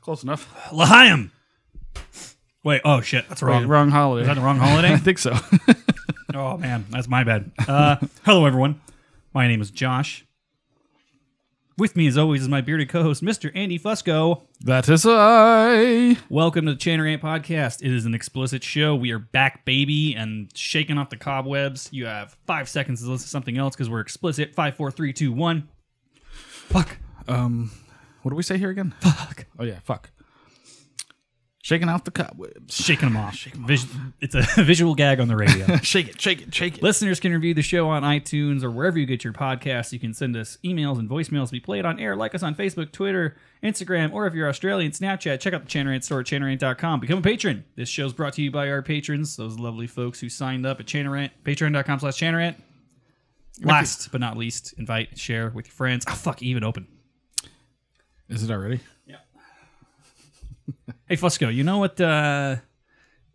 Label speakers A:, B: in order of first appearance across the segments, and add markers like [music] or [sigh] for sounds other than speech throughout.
A: Close enough.
B: Lahayim. Wait. Oh shit. That's
A: Wait,
B: wrong.
A: [laughs] wrong holiday.
B: Is that the wrong
A: [laughs]
B: holiday? [laughs]
A: I think so.
B: oh man, that's my bad. Uh, hello everyone. My name is Josh. With me, as always, is my bearded co-host, Mr. Andy Fusco.
A: that is I.
B: Welcome to the Channer Ant Podcast. It is an explicit show. We are back, baby, and shaking off the cobwebs. You have five seconds to listen to something else because we're explicit. Five, four, three, two, one. Fuck.
A: Um, what do we say here again? Fuck. Oh yeah, fuck. Shaking off the cobwebs.
B: Shaking them off. Vis- It's a [laughs] visual gag on the radio.
A: [laughs] Shake it, shake it, shake it.
B: Listeners can review the show on iTunes or wherever you get your podcasts. You can send us emails and voicemails to be played on air. Like us on Facebook, Twitter, Instagram, or if you're Australian, Snapchat, check out the Channerant store at channerant.com. Become a patron. This show's brought to you by our patrons, those lovely folks who signed up at Channerant, patreon.com slash Channerant. Last but not least, invite, share with your friends. Oh, fuck, even open.
A: Is it already?
B: Hey, Fusco, you know what uh,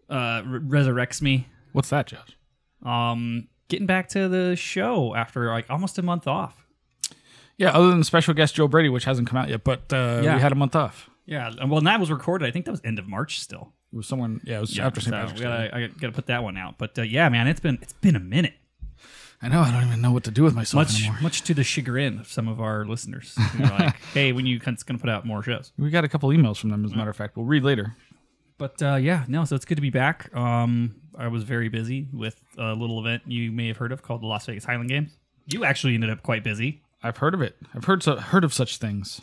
B: uh, r- resurrects me?
A: What's that, Josh?
B: Um, getting back to the show after like almost a month off.
A: Yeah, other than special guest Joe Brady, which hasn't come out yet, but uh,
B: Yeah.
A: we had a month off.
B: Yeah, and- well, and that was recorded. I think that was end of March still.
A: It was someone. Yeah, it was after
B: so
A: St. Patrick's
B: we
A: Day.
B: gotta, I gotta put that one out. But uh, yeah, man, it's been it's been a minute.
A: I know. I don't even know what to do with myself
B: Much
A: anymore.
B: much to the chagrin of some of our listeners. [laughs] who are like, hey, when you guys gonna put out more shows?
A: We got a couple emails from them, as a matter of fact. We'll read later.
B: But uh, yeah, no, so it's good to be back. Um, I was very busy with a little event you may have heard of called the Las Vegas Highland Games. You actually ended up quite busy.
A: I've heard of it. I've heard so, heard of such things,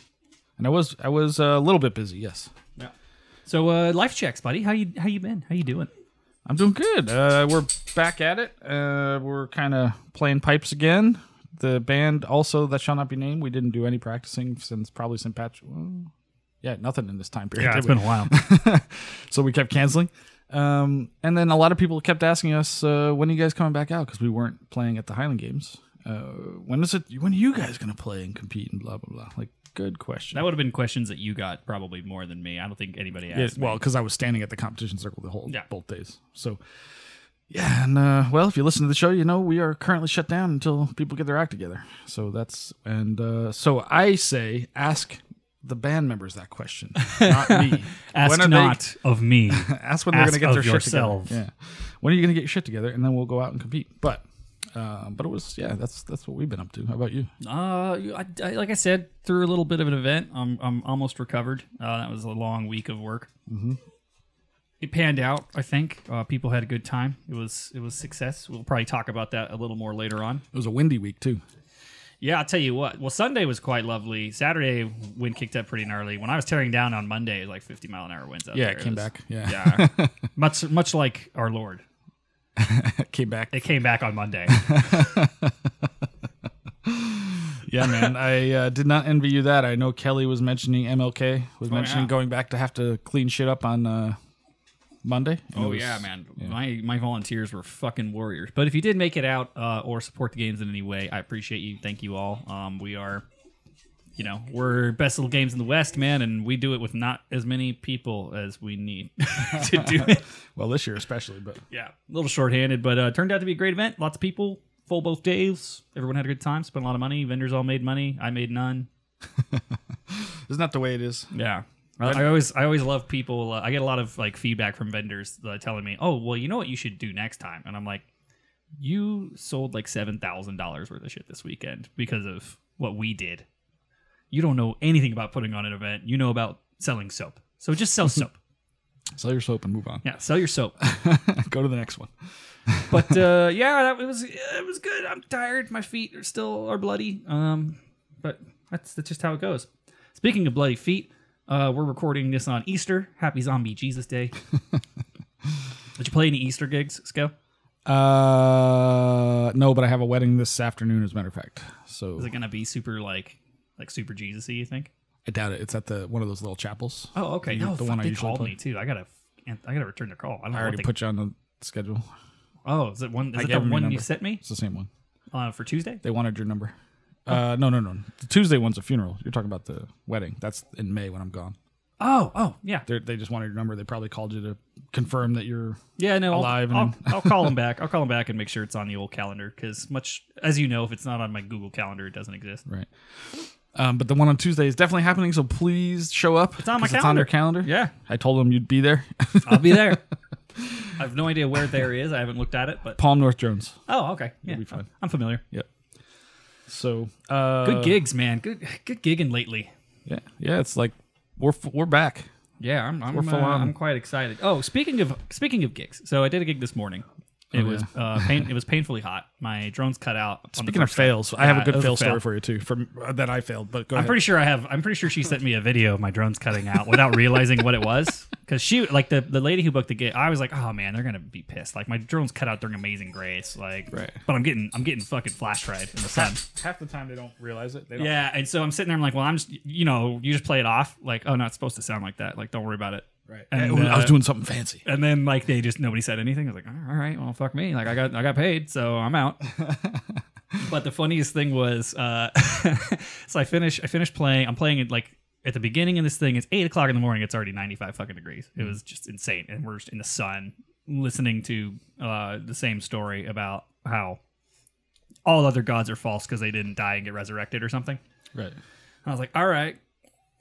A: and I was I was uh, a little bit busy. Yes,
B: Yeah. So uh, life checks, buddy. How you how you been? How you doing?
A: I'm doing good. Uh, we're back at it. Uh, we're kind of playing pipes again. The band also that shall not be named. We didn't do any practicing since probably St. Patrick. well, yeah, nothing in this time period. did we?
B: a
A: [laughs]
B: while.
A: so we kept canceling. Um, and then a lot of people kept asking us, uh, when are you guys coming back out? Because we weren't playing at the Highland Games. Uh, when is it? When are you guys going to play and compete and blah blah blah? Like, good question.
B: that would have been questions that you got probably more than me. I don't think anybody asked.
A: Yeah,
B: me.
A: well, because I was standing at the competition circle the whole
B: Yeah.
A: both days. So, yeah, and uh, well, if you listen to the show, you know we are currently shut down until people get their act together. So that's and uh, so I say ask the band members that question,
B: [laughs]
A: not me.
B: Ask
A: When are they-
B: not
A: [laughs]
B: of me.
A: ask when they're going to
B: ask
A: get their
B: of
A: shit
B: yourself.
A: together. Yeah, when are you going to get your shit together, and then we'll go out and compete. But, uh, but it was yeah, that's that's what we've been up to. How about you?
B: uh, you- I, I- like I said, through a little bit of an event, I'm I'm almost recovered. Uh, that was a long week of work. Mm-hmm. It panned out. I think uh, people had a good time. It was it was success. We'll probably talk about that a little more later on.
A: It was a windy week too.
B: Yeah, I'll tell you what. Well, Sunday was quite lovely. Saturday wind kicked up pretty gnarly. When I was tearing down on Monday, it was like 50 mile an hour winds out
A: Yeah,
B: there.
A: it came
B: was-
A: back. Yeah,
B: [laughs] Yeah,
A: [laughs]
B: much much like our Lord,
A: it [laughs] came back.
B: it came back on Monday.
A: Yeah, man. I uh, did not envy you that. I know Kelly was mentioning MLK, was mentioning
B: Oh, yeah.
A: going back to have to clean shit up on uh, Monday. And it
B: Oh
A: was-
B: yeah, man. My my volunteers were fucking warriors. But if you did make it out uh, or support the games in any way, I appreciate you. Thank you all. Um, we are, you know, we're best little games in the West, man, and we do it with not as many people as we need [laughs] to do it.
A: Well, this year especially, but
B: Yeah, a little shorthanded, but uh, turned out to be a great event. Lots of people, full both days. Everyone had a good time. Spent a lot of money. Vendors all made money. I made none.
A: isn't that the way it is?
B: Yeah. I, I always I always love people. Uh, I get a lot of like feedback from vendors uh, telling me, "Oh, well, you know what you should do next time," and I'm like, "You sold like seven thousand dollars worth of shit this weekend because of what we did. You don't know anything about putting on an event. You know about selling soap. So just sell soap.
A: Sell your soap and move on.
B: Yeah, sell your soap.
A: [laughs] Go to the next one.
B: But [laughs] uh, yeah, that it was it was good. I'm tired. My feet are still are bloody. Um, but that's that's just how it goes. Speaking of bloody feet, uh, we're recording this on Easter. Happy Zombie Jesus [laughs] Day. Did you play any Easter gigs, Sco?
A: Uh, no, but I have a wedding this afternoon, as a matter of fact. So
B: Is it gonna be super like like super Jesusy? You think?
A: I doubt it. It's at the one of those little chapels.
B: Oh, okay.
A: The-
B: no,
A: the
B: fuck,
A: one I
B: they
A: usually
B: called
A: play.
B: me too. I gotta I gotta return the call. I don't know
A: I
B: what
A: already
B: they-
A: put you on the schedule.
B: Oh, is it one? Is it the
A: gave 'em your
B: one you
A: number.
B: sent me
A: It's the same one.
B: uh, for Tuesday?
A: They wanted your number. Uh, no, no, no. The Tuesday one's a funeral. You're talking about the wedding. That's in May when I'm gone.
B: Oh, oh, yeah,
A: They're, they just wanted your number. They probably called you to confirm that you're.
B: Yeah, no, I'll-
A: alive
B: I'll, [laughs]
A: and-
B: I'll, call him back. I'll call him back and make sure it's on the old calendar because much as you know, if it's not on my Google calendar, it doesn't exist.
A: Right. Um, but the one on Tuesday is definitely happening, so please show up. It's
B: on my
A: It's on their
B: calendar.
A: calendar.
B: Yeah.
A: I told them you'd be
B: [laughs]
A: there.
B: I'll be there. I have no idea where there is. I haven't looked at it, but
A: Palm North Jones.
B: oh, okay, yeah,
A: be fine.
B: I'm familiar.
A: Yep. So uh,
B: Good gigs, man. Good, good gigging lately.
A: Yeah, yeah. It's like we're f- we're back.
B: Yeah, I'm I'm,
A: We're full
B: uh,
A: on.
B: I'm quite excited. Oh, speaking of speaking of gigs, so I did a gig this morning. It was uh, pain, it was painfully hot. My drones cut out. on the
A: Speaking of
B: first try.
A: fails, I have
B: Yeah,
A: a
B: it
A: good
B: was a
A: fail,
B: fail.
A: story for you too. From uh, that I failed, but go
B: I'm
A: ahead.
B: pretty sure I have. I'm pretty sure she sent me a video of my drones cutting out without realizing what it was. Because she, like the, the lady who booked the gig, I was like, oh man, they're gonna be pissed. Like my drones cut out during Amazing Grace. Like,
A: Right.
B: but I'm getting I'm getting fucking flash fried in
A: [laughs]
B: the sun.
A: half the time they don't realize it. They
B: yeah, and so I'm sitting there. I'm like, well, I'm just you know you just play it off. Like, oh no, it's supposed to sound like that. Like, don't worry about it.
A: Right.
B: And,
A: I was
B: uh,
A: doing something fancy.
B: And then like they just nobody said anything. I was like, all right, well, fuck me. Like I got I got paid, so I'm out. but the funniest thing was, uh, [laughs] so I finish I finished playing. I'm playing it like at the beginning of this thing. It's eight o'clock in the morning. It's already 95 fucking degrees. It was just insane. And we're just in the sun listening to uh, the same story about how all other gods are false because they didn't die and get resurrected or something.
A: Right.
B: I was like, all right,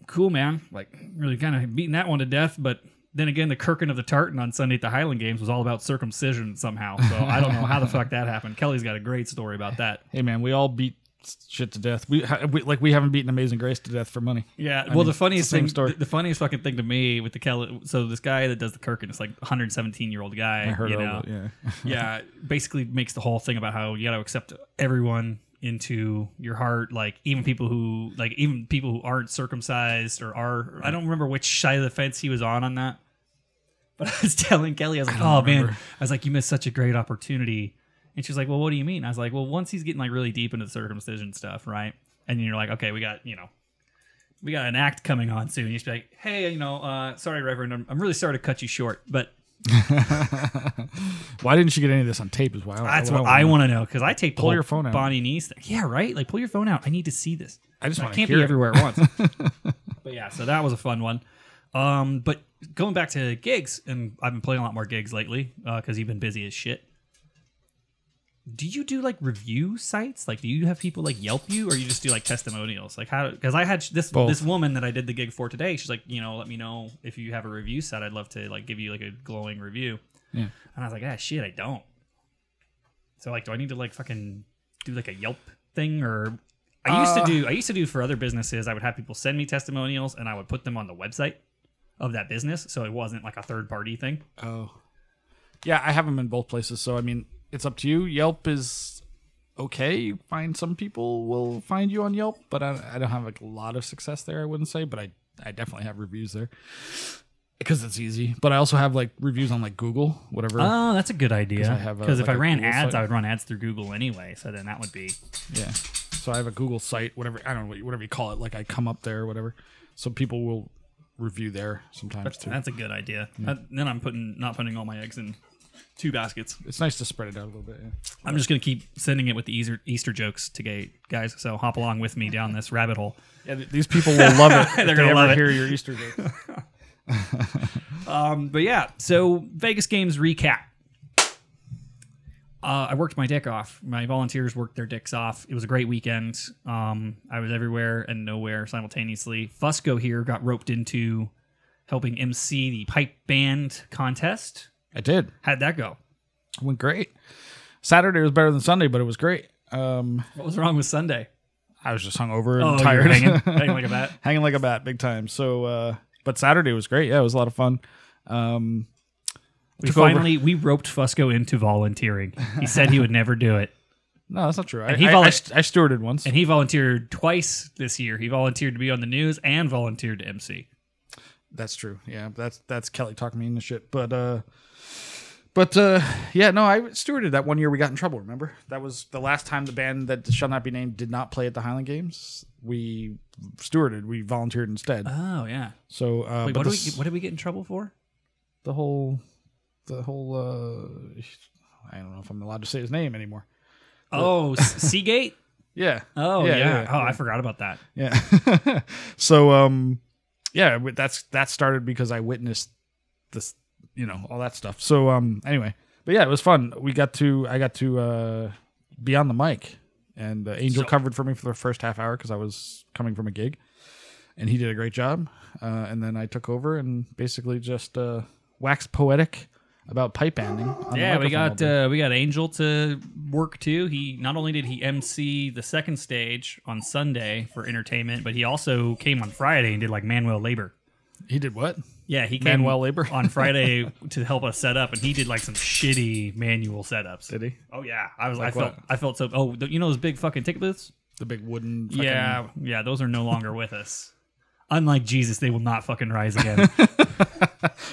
B: cool, man. Like, really kind of beating that one to death. But then again, the Kirkin of the Tartan on Sunday at the Highland Games was all about circumcision somehow. So I don't know how the fuck that happened. Kelly's got a great story about that.
A: Hey man, we all beat s- shit to death. We, ha- we like we haven't beaten Amazing Grace to death for money.
B: [laughs] Yeah. well,
A: mean,
B: the
A: it's the
B: funniest
A: same
B: thing,
A: story.
B: The, the funniest fucking thing to me with the Kelly, so this guy that does the Kirkin, it's like 117 year old guy.
A: I heard
B: you
A: all
B: know?
A: of it. Yeah.
B: [laughs] yeah, basically makes the whole thing about how you got to accept everyone into your heart, like even people who, like even people who aren't circumcised or are. I don't remember which side of the fence he was on on that. But [laughs] I was telling Kelly, I was like, "Oh man,"
A: remember.
B: I was like, "You missed such a great opportunity." And she's like, "Well, what do you mean?" I was like, "Well, once he's getting like really deep into the circumcision stuff, right?" And you're like, "Okay, we got you know." We got an act coming on soon. You just be like, "Hey, you know, uh, sorry, Reverend, I'm, I'm really sorry to cut you short, but
A: Why didn't she get any of this on tape? Is why. I-
B: That's what I want to know because I take pull
A: your phone out.
B: Bonnie Neese thing. Yeah, right. Like pull your phone out. I need to see this.
A: I just
B: I
A: want to
B: can't
A: hear
B: be
A: it.
B: everywhere at once.
A: [laughs]
B: but yeah, so that was a fun one. Um, but going back to gigs, and I've been playing a lot more gigs lately because you've been busy as shit. Do you do like review sites? Like, do you have people like Yelp you, or you just do like testimonials? Like, how? Because I had sh- this
A: Both.
B: this woman that I did the gig for today. She's like, you know, let me know if you have a review site. I'd love to like give you like a glowing review.
A: Yeah.
B: And I was like, ah, shit, I don't. So like, do I need to like fucking do like a Yelp thing or? I used
A: Uh,
B: to do. I used to do for other businesses. I would have people send me testimonials, and I would put them on the website of that business, so it wasn't like a third party thing.
A: Oh. Yeah, I have them in both places. So I mean, it's up to you. Yelp is okay. You find some people will find you on Yelp, but I, I don't have like a lot of success there. I wouldn't say, but I I definitely have reviews there because it's easy. But I also have like reviews on like Google, whatever.
B: Oh, that's a good idea.
A: 'Cause I have a-
B: Because if
A: like
B: I
A: a
B: ran
A: Google
B: ads,
A: site.
B: I would run ads through Google anyway. So then that would be
A: Yeah. So I have a Google site, whatever I don't know what- whatever you call it. Like I come up there, or whatever. So people will review there sometimes too.
B: that's a good idea.
A: Mm.
B: Uh, then I'm putting not putting all my eggs in two baskets.
A: It's nice to spread it out a little bit. Yeah.
B: I'm just gonna keep sending it with the Easter Easter jokes today, guys. So hop along with me down this rabbit hole.
A: Yeah, th- these people will love
B: [laughs]
A: it. if
B: They're
A: they
B: gonna
A: ever
B: love it.
A: Hear your Easter joke.
B: Um, but yeah, so Vegas games recap. Uh, I worked my dick off. My volunteers worked their dicks off. It was a great weekend. Um, I was everywhere and nowhere simultaneously. Fusco here got roped into helping MC the pipe band contest.
A: I did.
B: How'd that go?
A: went great. Saturday was better than Sunday, but it was great. Um,
B: What was wrong with Sunday?
A: I was just hungover and
B: Oh, you
A: tired,
B: were [laughs] hanging, hanging like a bat.
A: hanging like a bat, big time. So, uh, but Saturday was great. Yeah, it was a lot of fun. Um,
B: We
A: took over-
B: finally we roped Fusco into volunteering. He said he would never do it.
A: no, that's not true. I,
B: he
A: I,
B: volun-
A: I st- I stewarded once.
B: And he volunteered twice this year. He volunteered to be on the news and volunteered to MC.
A: That's true. Yeah, that's that's Kelly talking me into shit. But uh but uh yeah, no, I stewarded that one year we got in trouble, remember? That was the last time the band that shall not be named did not play at the Highland Games. We stewarded, we volunteered instead.
B: Oh yeah.
A: So uh
B: Wait,
A: but
B: what, do we,
A: this-
B: what did we get in trouble for?
A: the whole the whole uh I don't know if I'm allowed to say his name anymore.
B: Oh, S- [laughs] Seagate.
A: Yeah.
B: Oh yeah.
A: Yeah,
B: Oh,
A: yeah,
B: I forgot about that.
A: Yeah. [laughs] so um yeah, wi- that's that started because I witnessed this you know, all that stuff. So um anyway, but yeah, it was fun. We got to I got to uh be on the mic and uh, Angel covered for me for the first half hour because I was coming from a gig, and he did a great job. Uh, and then I took over and basically just uh, waxed poetic about pipe banding. on the
B: Yeah, we
A: microphone all
B: got
A: day.
B: uh, we got Angel to work too. He not only did he MC the second stage on Sunday for entertainment, but he also came on Friday and did like Manuel labor.
A: he did what?
B: Yeah, he came
A: Manuel labor?
B: on
A: [laughs]
B: Friday to help us set up, and he did like some shitty manual setups.
A: Did he?
B: Oh yeah, I was.
A: Like
B: I felt.
A: what?
B: I felt so. Oh, th- you know those big fucking ticket booths?
A: The big wooden. fucking-
B: Yeah, yeah. Those are no longer with us. Unlike Jesus, they will not fucking rise again.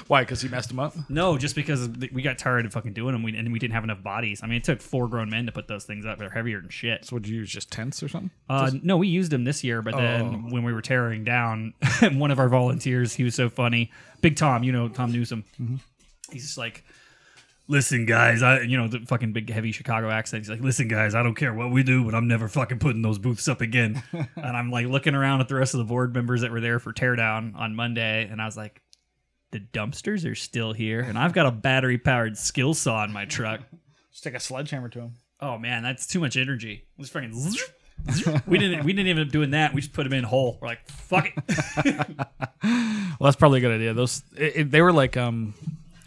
A: Why? Because he messed him up.
B: no, just because th- we got tired of fucking doing them, we, and we didn't have enough bodies. I mean, it took four grown men to put those things up. They're heavier than shit.
A: So would you use just tents or something?
B: Uh, no, we used them this year, but then when we were tearing down, [laughs] one of our volunteers, he was so funny. Big Tom, you know, Tom Newsom. He's just like, listen, guys, I, you know, the fucking big, heavy Chicago accent. He's like, listen, guys, I don't care what we do, but I'm never fucking putting those booths up again. and I'm like looking around at the rest of the board members that were there for teardown on Monday, and I was like, the dumpsters are still here, and I've got a battery powered skill saw in my truck.
A: Just take a sledgehammer to him.
B: Oh man, that's too much energy. Let's fucking. [laughs] we didn't. We didn't even end up doing that. We just put him in whole. We're like, fuck
A: [laughs]
B: it.
A: Well, that's probably a good idea. Those it, it- they were like um,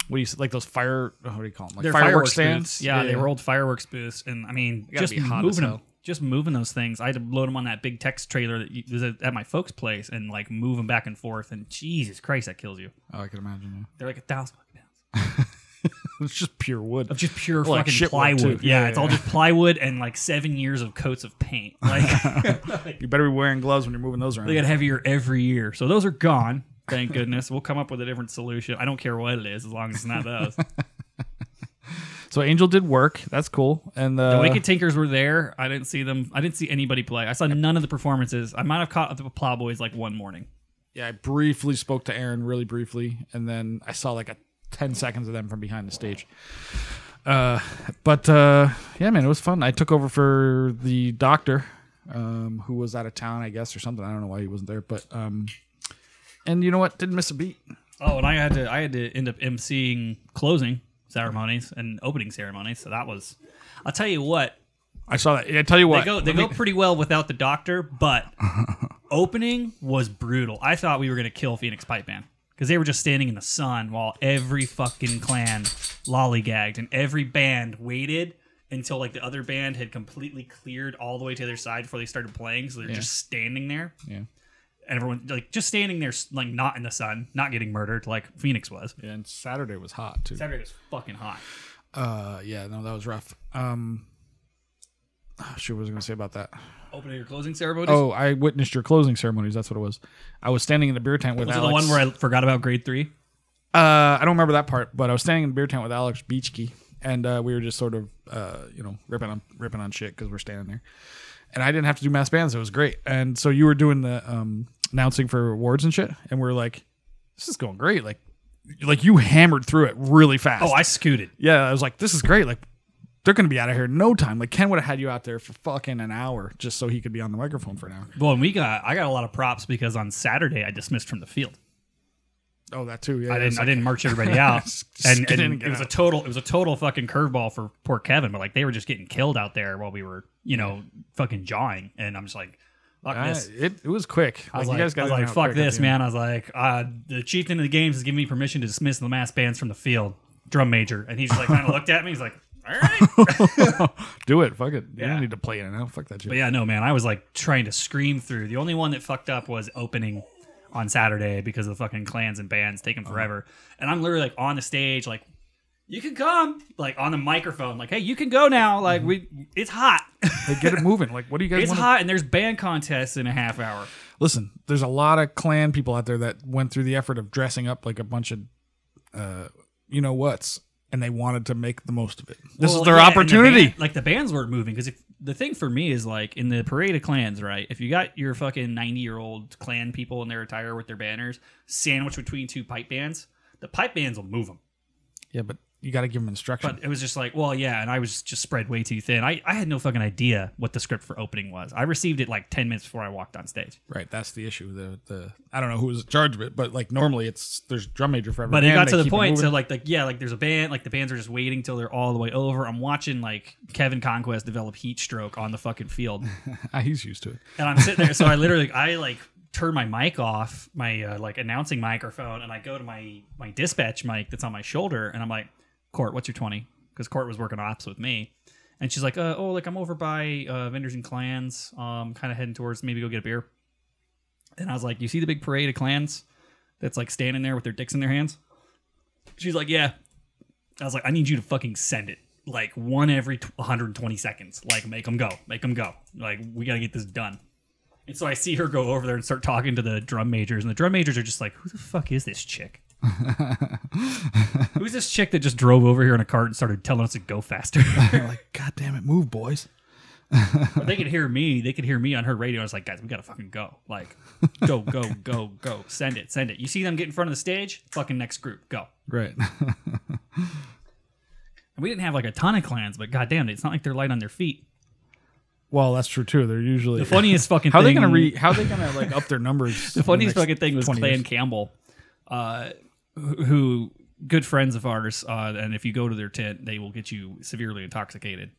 A: what do you s- like those fire? oh, What do you call them? Like
B: They're
A: fireworks
B: booths.
A: stands.
B: Yeah, they were old fireworks booths, and I mean,
A: gotta
B: just
A: be hot as
B: moving them.
A: hell.
B: Just moving those things. I had to load them on that big Tex trailer that you- was at at my folks' place, and like move them back and forth. And Jesus Christ, that kills you.
A: Oh, I can imagine.
B: They're like a thousand fucking pounds
A: Yeah. It's just pure wood.
B: of just pure
A: Well, like
B: fucking
A: shit wood, too.
B: plywood. Yeah,
A: Yeah,
B: it's
A: yeah,
B: all just plywood and like seven years of coats of paint.
A: [laughs]
B: Like.
A: You better be wearing gloves when you're moving those around.
B: They get heavier every year. So those are gone. Thank goodness. We'll come up with a different solution. I don't care what it is, as long as it's not those.
A: So Angel did work. That's cool. And uh,
B: the Wicked Tinkers were there. I didn't see them. I didn't see anybody play. I saw none of the performances. I might have caught the Plowboys like one morning.
A: yeah, I briefly spoke to Aaron, really briefly, and then I saw like a ten seconds of them from behind the stage. Uh, but uh, yeah, man, it was fun. I took over for the doctor, um, who was out of town, I guess, or something. I don't know why he wasn't there, but um, and you know what? Didn't miss a beat.
B: Oh, and I had to. I had to end up emceeing closing ceremonies and opening ceremonies. So that was. I'll tell you what.
A: I saw that. I tell you what,
B: They go. They go pretty well without the
A: [laughs]
B: doctor, but opening was brutal. I thought we were gonna kill Phoenix Pipe Band because they were just standing in the sun while every fucking clan lollygagged and every band waited until like the other band had completely cleared all the way to their side before they started playing. So they're just standing there
A: yeah,
B: and everyone like just standing there s- like not in the sun, not getting murdered like Phoenix was.
A: yeah. And Saturday was hot too.
B: Saturday was fucking hot.
A: Uh, yeah, no, that was rough. Um, oh, shoot, what was I gonna say about that?
B: Opening or closing ceremonies.
A: Oh, I witnessed your closing ceremonies. That's what it was. I was standing in the beer tent with
B: was it
A: Alex.
B: the one where I forgot about grade three?
A: uh, I don't remember that part, but I was standing in the beer tent with Alex Beachkey, and uh, we were just sort of, uh, you know, ripping on ripping on shit because we're standing there. And I didn't have to do mass bands. It was great. And so you were doing the um, announcing for awards and shit, and we were like, "This is going great!" Like, like you hammered through it really fast.
B: Oh, I scooted.
A: yeah, I was like, this is great. Like, they're gonna be out of here in no time. Like, Ken would have had you out there for fucking an hour just so he could be on the microphone for an hour.
B: Well, and we got I got a lot of props because on Saturday I dismissed from the field.
A: Oh, that too. Yeah,
B: I
A: it
B: didn't
A: was
B: I
A: like-
B: didn't march everybody out.
A: Just
B: and
A: get
B: and
A: in and get
B: it was
A: out.
B: a total it was a total fucking curveball for poor Kevin, but like they were just getting killed out there while we were, you know, fucking jawing and I'm just like fuck
A: Uh,
B: this.
A: it, it was quick.
B: I was
A: you
B: like,
A: guys
B: I
A: got
B: was
A: in and
B: like
A: out
B: fuck
A: quick at
B: this,
A: the end.
B: man. I was like, uh, the chieftain of the games has given me permission to dismiss the mass bands from the field, drum major. And he's just like kind of looked at me. He's like,
A: [laughs]
B: all right.
A: Do it. Fuck it. You
B: Yeah.
A: don't need to play in and out. Fuck that shit.
B: But yeah, no, man, I was like trying to scream through. The only one that fucked up was opening on Saturday because of the fucking clans and bands taking
A: Uh-huh.
B: forever. And I'm literally like on the stage, like, you can come, like on the microphone, like, hey, you can go now. Like,
A: Mm-hmm.
B: we, it's hot.
A: [laughs] Like, get it moving. Like, what do you guys
B: it's
A: want?
B: hot, and there's band contests in a half hour.
A: Listen, there's a lot of clan people out there that went through the effort of dressing up like a bunch of, uh, you know what's, and they wanted to make the most of it. This
B: Well,
A: is their
B: yeah, and the
A: opportunity.
B: band- like the bands weren't moving because if the thing for me is like in the parade of clans, right? If you got your fucking ninety year old clan people in their attire with their banners sandwiched between two pipe bands, the pipe bands will move them.
A: yeah, but you got to give them instruction.
B: But it was just like, well, yeah, and I was just spread way too thin. I, I had no fucking idea what the script for opening was. I received it like 10 minutes before I walked on stage.
A: right, that's the issue. The the I don't know who was in charge of it, but like normally it's there's drum major for everyone.
B: But it got to the point, so like, like yeah, like there's a band, like the bands are just waiting till they're all the way over. I'm watching like Kevin Conquest develop heat stroke on the fucking field,
A: Ah, he's used to it.
B: and I'm sitting there. so I literally, [laughs] I like turn my mic off, my uh, like announcing microphone, and I go to my my dispatch mic that's on my shoulder, and I'm like, Court, what's your twenty? Because Court was working ops with me, and she's like, uh, oh, like I'm over by uh, Vendors and Clans, um, kind of heading towards maybe go get a beer. And I was like, you see the big parade of clans that's like standing there with their dicks in their hands? She's like, yeah. I was like, I need you to fucking send it. Like one every t- 120 seconds. Like make them go. Make them go. Like we got to get this done. And so I see her go over there and start talking to the drum majors and the drum majors are just like, "Who the fuck is this
A: [laughs]
B: chick?" Who's this chick that just drove over here in a cart and started telling us to go faster?
A: [laughs]
B: [laughs]
A: They're like, God damn it, move, boys.
B: But they could hear me. They could hear me on her radio. I was like, guys, we gotta fucking go. Like, go, go, go, go. Send it, send it. You see them get in front of the stage? Fucking next group, go.
A: Right.
B: And we didn't have like a ton of clans, but goddamn, it's not like they're light on their feet.
A: [laughs] well, that's true too. They're usually
B: The funniest
A: [laughs]
B: fucking
A: How
B: thing.
A: they gonna re? How they gonna like up their numbers?
B: [laughs] The funniest fucking thing was
A: playing.
B: Clan Campbell, uh, who- who good friends of ours, uh, and if you go to their tent, they will get you severely intoxicated.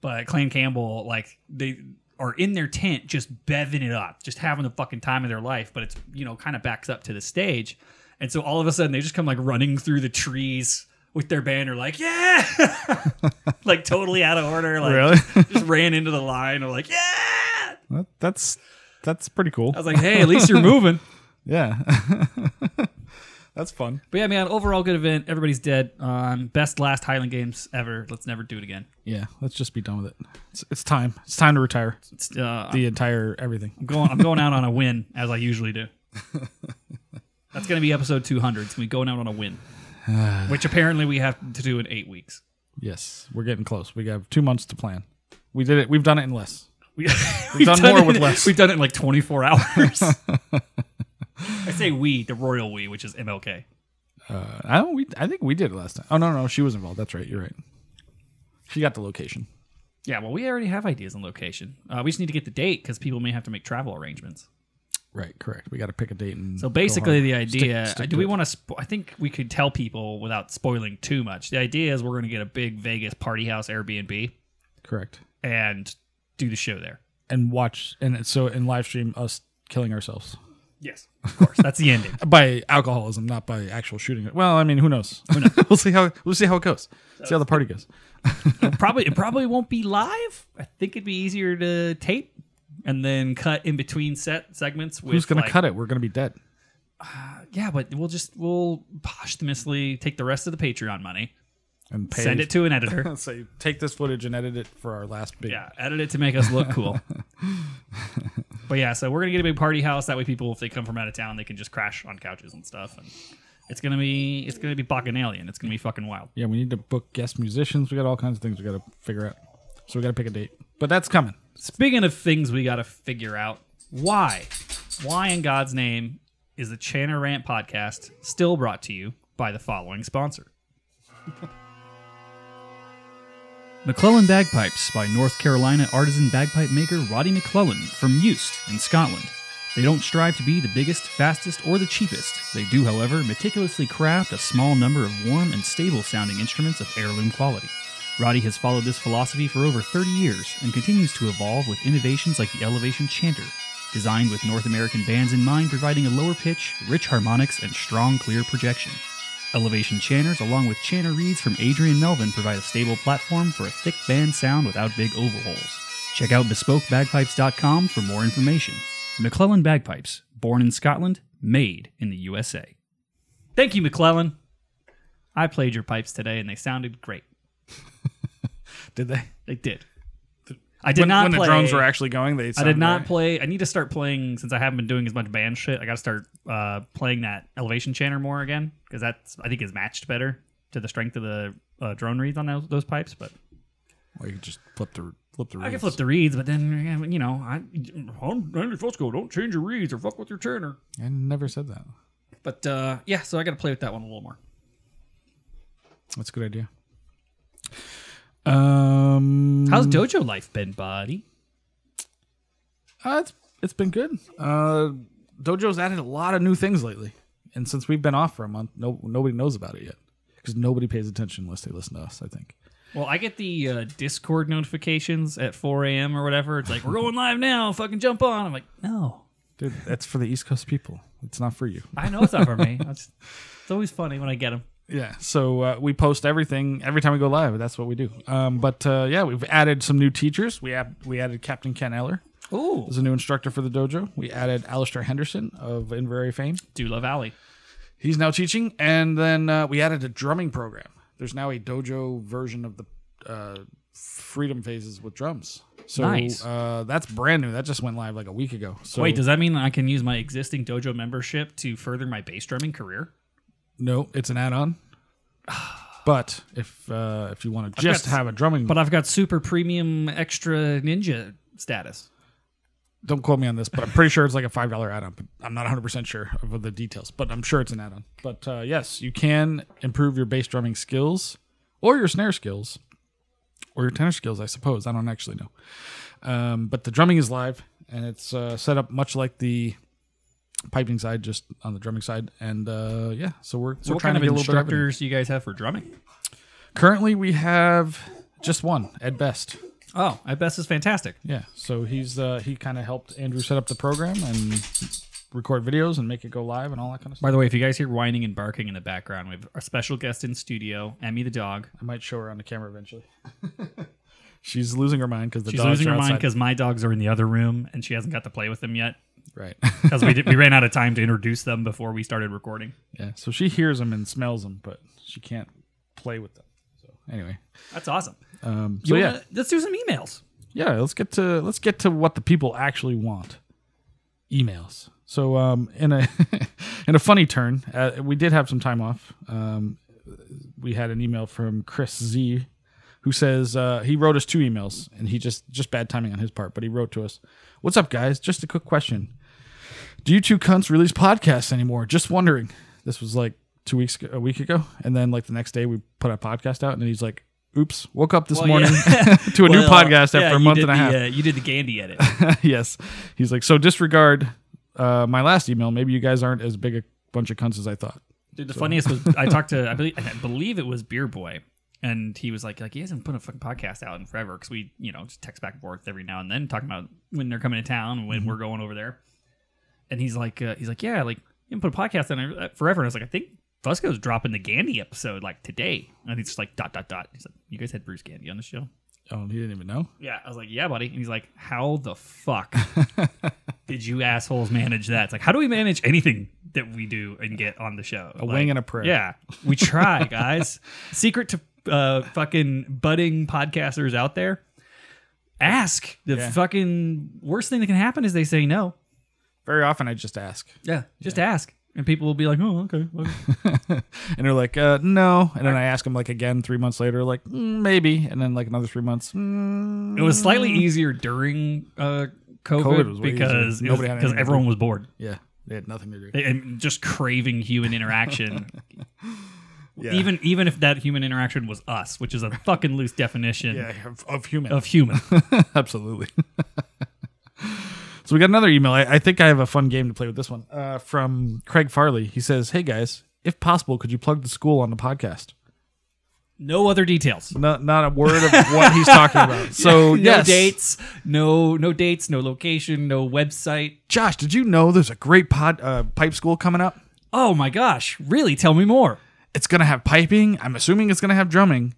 B: But Clan Campbell, like they are in their tent, just bevving it up, just having the fucking time of their life. But it's you know kind of backs up to the stage, and so all of a sudden they just come like running through the trees. With their banner, like yeah, [laughs] like totally out of order, like
A: Really?
B: just ran into the line, or like yeah.
A: That- That's that's pretty cool.
B: I was like, hey, at least you're moving.
A: yeah. [laughs] that's fun.
B: But yeah, man, overall good event. Everybody's dead. Um, best last Highland Games ever. Let's never do it again.
A: Yeah, let's just be done with it. It's, it's time. It's time to retire
B: It's, uh,
A: the entire everything.
B: I'm going. I'm going out on a win as I usually
A: [laughs]
B: do. That's going to be episode 200. It's me going out on a
A: [sighs]
B: win, which apparently we have to do in eight weeks. [laughs]
A: Yes, we're getting close. We have two months to plan. We did it. We've done it in less.
B: We,
A: We've done more
B: it in-
A: with less.
B: We've done it in like 24 hours.
A: [laughs]
B: I say we, the royal we, which is MLK.
A: Uh, I don't. We I think we did it last time. Oh no, no, she was involved. That's right. You're right. She got the location.
B: Yeah, well, we already have ideas on location. Uh, we just need to get the date because people may have to make travel arrangements.
A: Right. Correct. We got to pick a date and.
B: So basically, the
A: Stick-
B: idea.
A: stick
B: do
A: to
B: we
A: it.
B: want to? Spo- I think we could tell people without spoiling too much. The idea is we're going to get a big Vegas party house Airbnb
A: correct
B: and do the show there.
A: and watch and so and live stream us killing ourselves
B: Yes, of course. That's the ending.
A: by alcoholism, not by actual shooting. Well, I mean, who knows? [laughs] we'll see how we'll see how it goes. See how the party goes.
B: Probably it probably won't be live. I think it'd be easier to tape and then cut in between set segments. With
A: Who's gonna
B: like-
A: cut it? We're gonna be dead.
B: Yeah, but we'll just we'll posthumously take the rest of the Patreon money,
A: and pay.
B: send it to an editor.
A: Say, take this footage and edit it for our last big.
B: Yeah, edit it to make us look cool. but yeah, so we're gonna get a big party house. That way, people, if they come from out of town, they can just crash on couches and stuff. And it's gonna be it's gonna be bacchanalian. It's gonna be fucking wild.
A: Yeah, we need to book guest musicians. We got all kinds of things we got to figure out. So we got to pick a date. But that's coming.
B: Speaking of things we gotta figure out, why, why in God's name is the Channer Rant podcast still brought to you by the following sponsor? McClellan Bagpipes by North Carolina artisan bagpipe maker Roddy McClellan from Eust in Scotland. They don't strive to be the biggest, fastest, or the cheapest. They do, however, meticulously craft a small number of warm and stable sounding instruments of heirloom quality. Roddy has followed this philosophy for over 30 years and continues to evolve with innovations like the Elevation Chanter, designed with North American bands in mind, providing a lower pitch, rich harmonics, and strong, clear projection. Elevation Channers, along with Channer Reeds from Adrian Melvin, provide a stable platform for a thick band sound without big overhauls. Check out bespokebagpipes.com for more information. McClellan Bagpipes, born in Scotland, made in the USA. Thank you, McClellan. I played your pipes today and they sounded great.
A: Did they?
B: They did. I did
A: when,
B: not
A: when
B: play.
A: the drones were actually going, they.
B: I did
A: sounded
B: not
A: right.
B: play. I need to start playing since I haven't been doing as much band shit. I got to start uh, playing that elevation chanter more again because that's I think is matched better to the strength of the uh, drone reeds on those, those pipes. But
A: Well, you could just flip the flip the.
B: I can
A: reeds.
B: flip the reeds, but then yeah, you know, I, I'm Andy Fusco. Don't change your reeds or fuck with your chanter.
A: I never said that.
B: But uh, yeah, so I got to play with that one a little more.
A: That's a good idea. Um,
B: How's dojo life been, buddy?
A: Uh, it's it's been good. Uh, Dojo's added a lot of new things lately, and since we've been off for a month, no nobody knows about it yet because nobody pays attention unless they listen to us. I think.
B: Well, I get the uh, Discord notifications at 4 a.m. or whatever. It's like we're going live now. Fucking jump on. I'm like, no,
A: Dude, that's for the East Coast people. It's not for you.
B: I know it's not for [laughs] me. It's, it's always funny when I get them.
A: Yeah. So uh, we post everything every time we go live. That's what we do. Um, but uh, yeah, we've added some new teachers. We ab- we added Captain Ken Eller
B: Ooh,
A: as a new instructor for the dojo. We added Alistair Henderson of Inverary fame.
B: Dula Valley.
A: He's now teaching, and then uh, we added a drumming program. There's now a dojo version of the uh, Freedom Phases with drums. So
B: Nice.
A: uh, that's brand new. That just went live like a week ago. So
B: Wait, does that mean I can use my existing dojo membership to further my bass drumming career?
A: no, it's an add-on. [sighs] But if uh, if you want to just
B: got-
A: have a drumming,
B: But I've got super premium extra ninja status.
A: don't quote me on this, but I'm pretty sure it's like a five dollar add-on. But I'm not 100 percent sure of the details, but I'm sure it's an add-on. But uh, yes, you can improve your bass drumming skills, or your snare skills, or your tenor skills. I suppose I don't actually know. Um, but the drumming is live, and it's uh, set up much like the piping side, just on the drumming side. And uh, yeah, so we're
B: So
A: we're
B: what
A: trying
B: kind of
A: to get a little bit everything.
B: instructors do you guys have for drumming?
A: Currently, we have just one Ed Best.
B: Oh, I best is fantastic.
A: Yeah. So he's uh, he kind of helped Andrew set up the program and record videos and make it go live and all that kind of stuff.
B: By the way, if you guys hear whining and barking in the background, we have our special guest in studio, Emmy the dog.
A: I might show her on the camera eventually. [laughs] She's losing her mind because the
B: She's
A: dogs
B: losing
A: are
B: her mind
A: outside.
B: because my dogs are in the other room and she hasn't got to play with them yet
A: right. [laughs]
B: because we, did- we ran out of time to introduce them before we started recording.
A: yeah. So she hears them and smells them, but she can't play with them. So anyway,
B: That's awesome. Oh,
A: um, so
B: You
A: yeah,
B: wanna- let's do some emails.
A: yeah. Let's get to let's get to what the people actually want. Emails. So um, in a [laughs] in a funny turn, uh, we did have some time off. Um, we had an email from Chris Z, who says uh, he wrote us two emails, and he just just bad timing on his part, but he wrote to us, "What's up, guys? Just a quick question. Do you two cunts release podcasts anymore? Just wondering." This was like two weeks a week ago, and then like the next day we put a podcast out, and then he's like, "Oops, woke up this
B: Well, [laughs]
A: morning [laughs]
B: yeah.
A: to a new
B: Well,
A: podcast
B: yeah,
A: after a
B: you
A: month
B: did
A: and a
B: the,
A: half."
B: uh, you did the Gandhi [laughs] edit.
A: [laughs] yes. He's like, so disregard uh, my last email. Maybe you guys aren't as big a bunch of cunts as I thought.
B: Dude, the funniest was I talked
A: [laughs]
B: to I believe I believe it was Beer Boy, and he was like like he hasn't put a fucking podcast out in forever because we you know just text back and forth every now and then talking about when they're coming to town and when
A: Mm-hmm.
B: we're going over there, and he's like uh, he's like yeah like you haven't put a podcast in uh, forever, and I was like I think Fusco's dropping the Gandhi episode like today, and he's just like dot dot dot. He's like you guys had Bruce Gandhi on the show.
A: Oh, he didn't even know.
B: Yeah, I was like, yeah, buddy. And he's like, how
A: [laughs]
B: the fuck did you assholes manage that? It's like, how do we manage anything that we do and get on the show?
A: A wing and a prayer.
B: Yeah,
A: [laughs]
B: we try, guys. Secret to uh, fucking budding podcasters out there: ask. The
A: Yeah.
B: fucking worst thing that can happen is they say no.
A: Very often I just ask.
B: Yeah, just ask, and people will be like, oh, okay.
A: [laughs]
B: well,
A: and they're like, uh, no. And then I ask them like again three months later, like, mm, maybe. And then like another three months. Mm.
B: it was slightly easier during uh, COVID,
A: COVID was way easier.
B: because it was-
A: Nobody had
B: because
A: anything to
B: everyone was bored.
A: Yeah. They had nothing to do.
B: and just craving human interaction.
A: [laughs] Yeah.
B: Even even if that human interaction was us, which is a fucking loose definition
A: yeah. Of, of human.
B: of human.
A: [laughs] Absolutely. [laughs] so we got another email. I, I think I have a fun game to play with this one uh, from Craig Farley. He says, hey guys, if possible, could you plug the school on the podcast?
B: No other details.
A: not not a word of what he's talking [laughs] about. So
B: no
A: yes.
B: dates. No no dates. No location. No website.
A: Josh, did you know there's a great pod uh, pipe school coming up?
B: Oh my gosh! Really? Tell me more.
A: It's gonna have piping. I'm assuming it's gonna have drumming.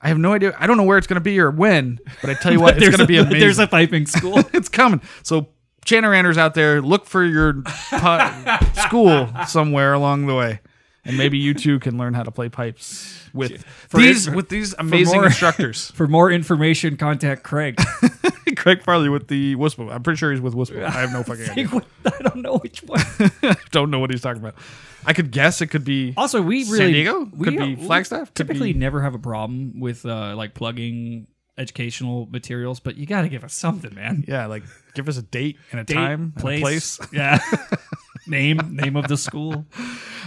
A: I have no idea. I don't know where it's gonna be or when, but I tell [laughs] you what, it's
B: there's
A: gonna
B: a,
A: be amazing.
B: [laughs] There's a piping school.
A: [laughs] it's coming. So Channeranders out there, look for your [laughs] pi- school somewhere along the way. And maybe you too can learn how to play pipes with these
B: for-
A: with these amazing [laughs]
B: more-
A: instructors.
B: For more information,
A: [laughs]
B: contact Craig. [laughs]
A: Craig Farley with the Wispo. I'm pretty sure he's with Wispo. I have no [laughs] fucking idea.
B: I don't know which one.
A: don't know what he's talking about. I could guess it could be
B: Also, we really
A: San Diego?
B: we
A: Could
B: are-
A: be Flagstaff? Could
B: typically,
A: be-
B: never have a problem with uh, like plugging educational materials, but you got to give us something, man.
A: yeah, like give us a date and a
B: Date,
A: time, place. And a place.
B: [laughs]
A: [laughs]
B: yeah. name, name of the school.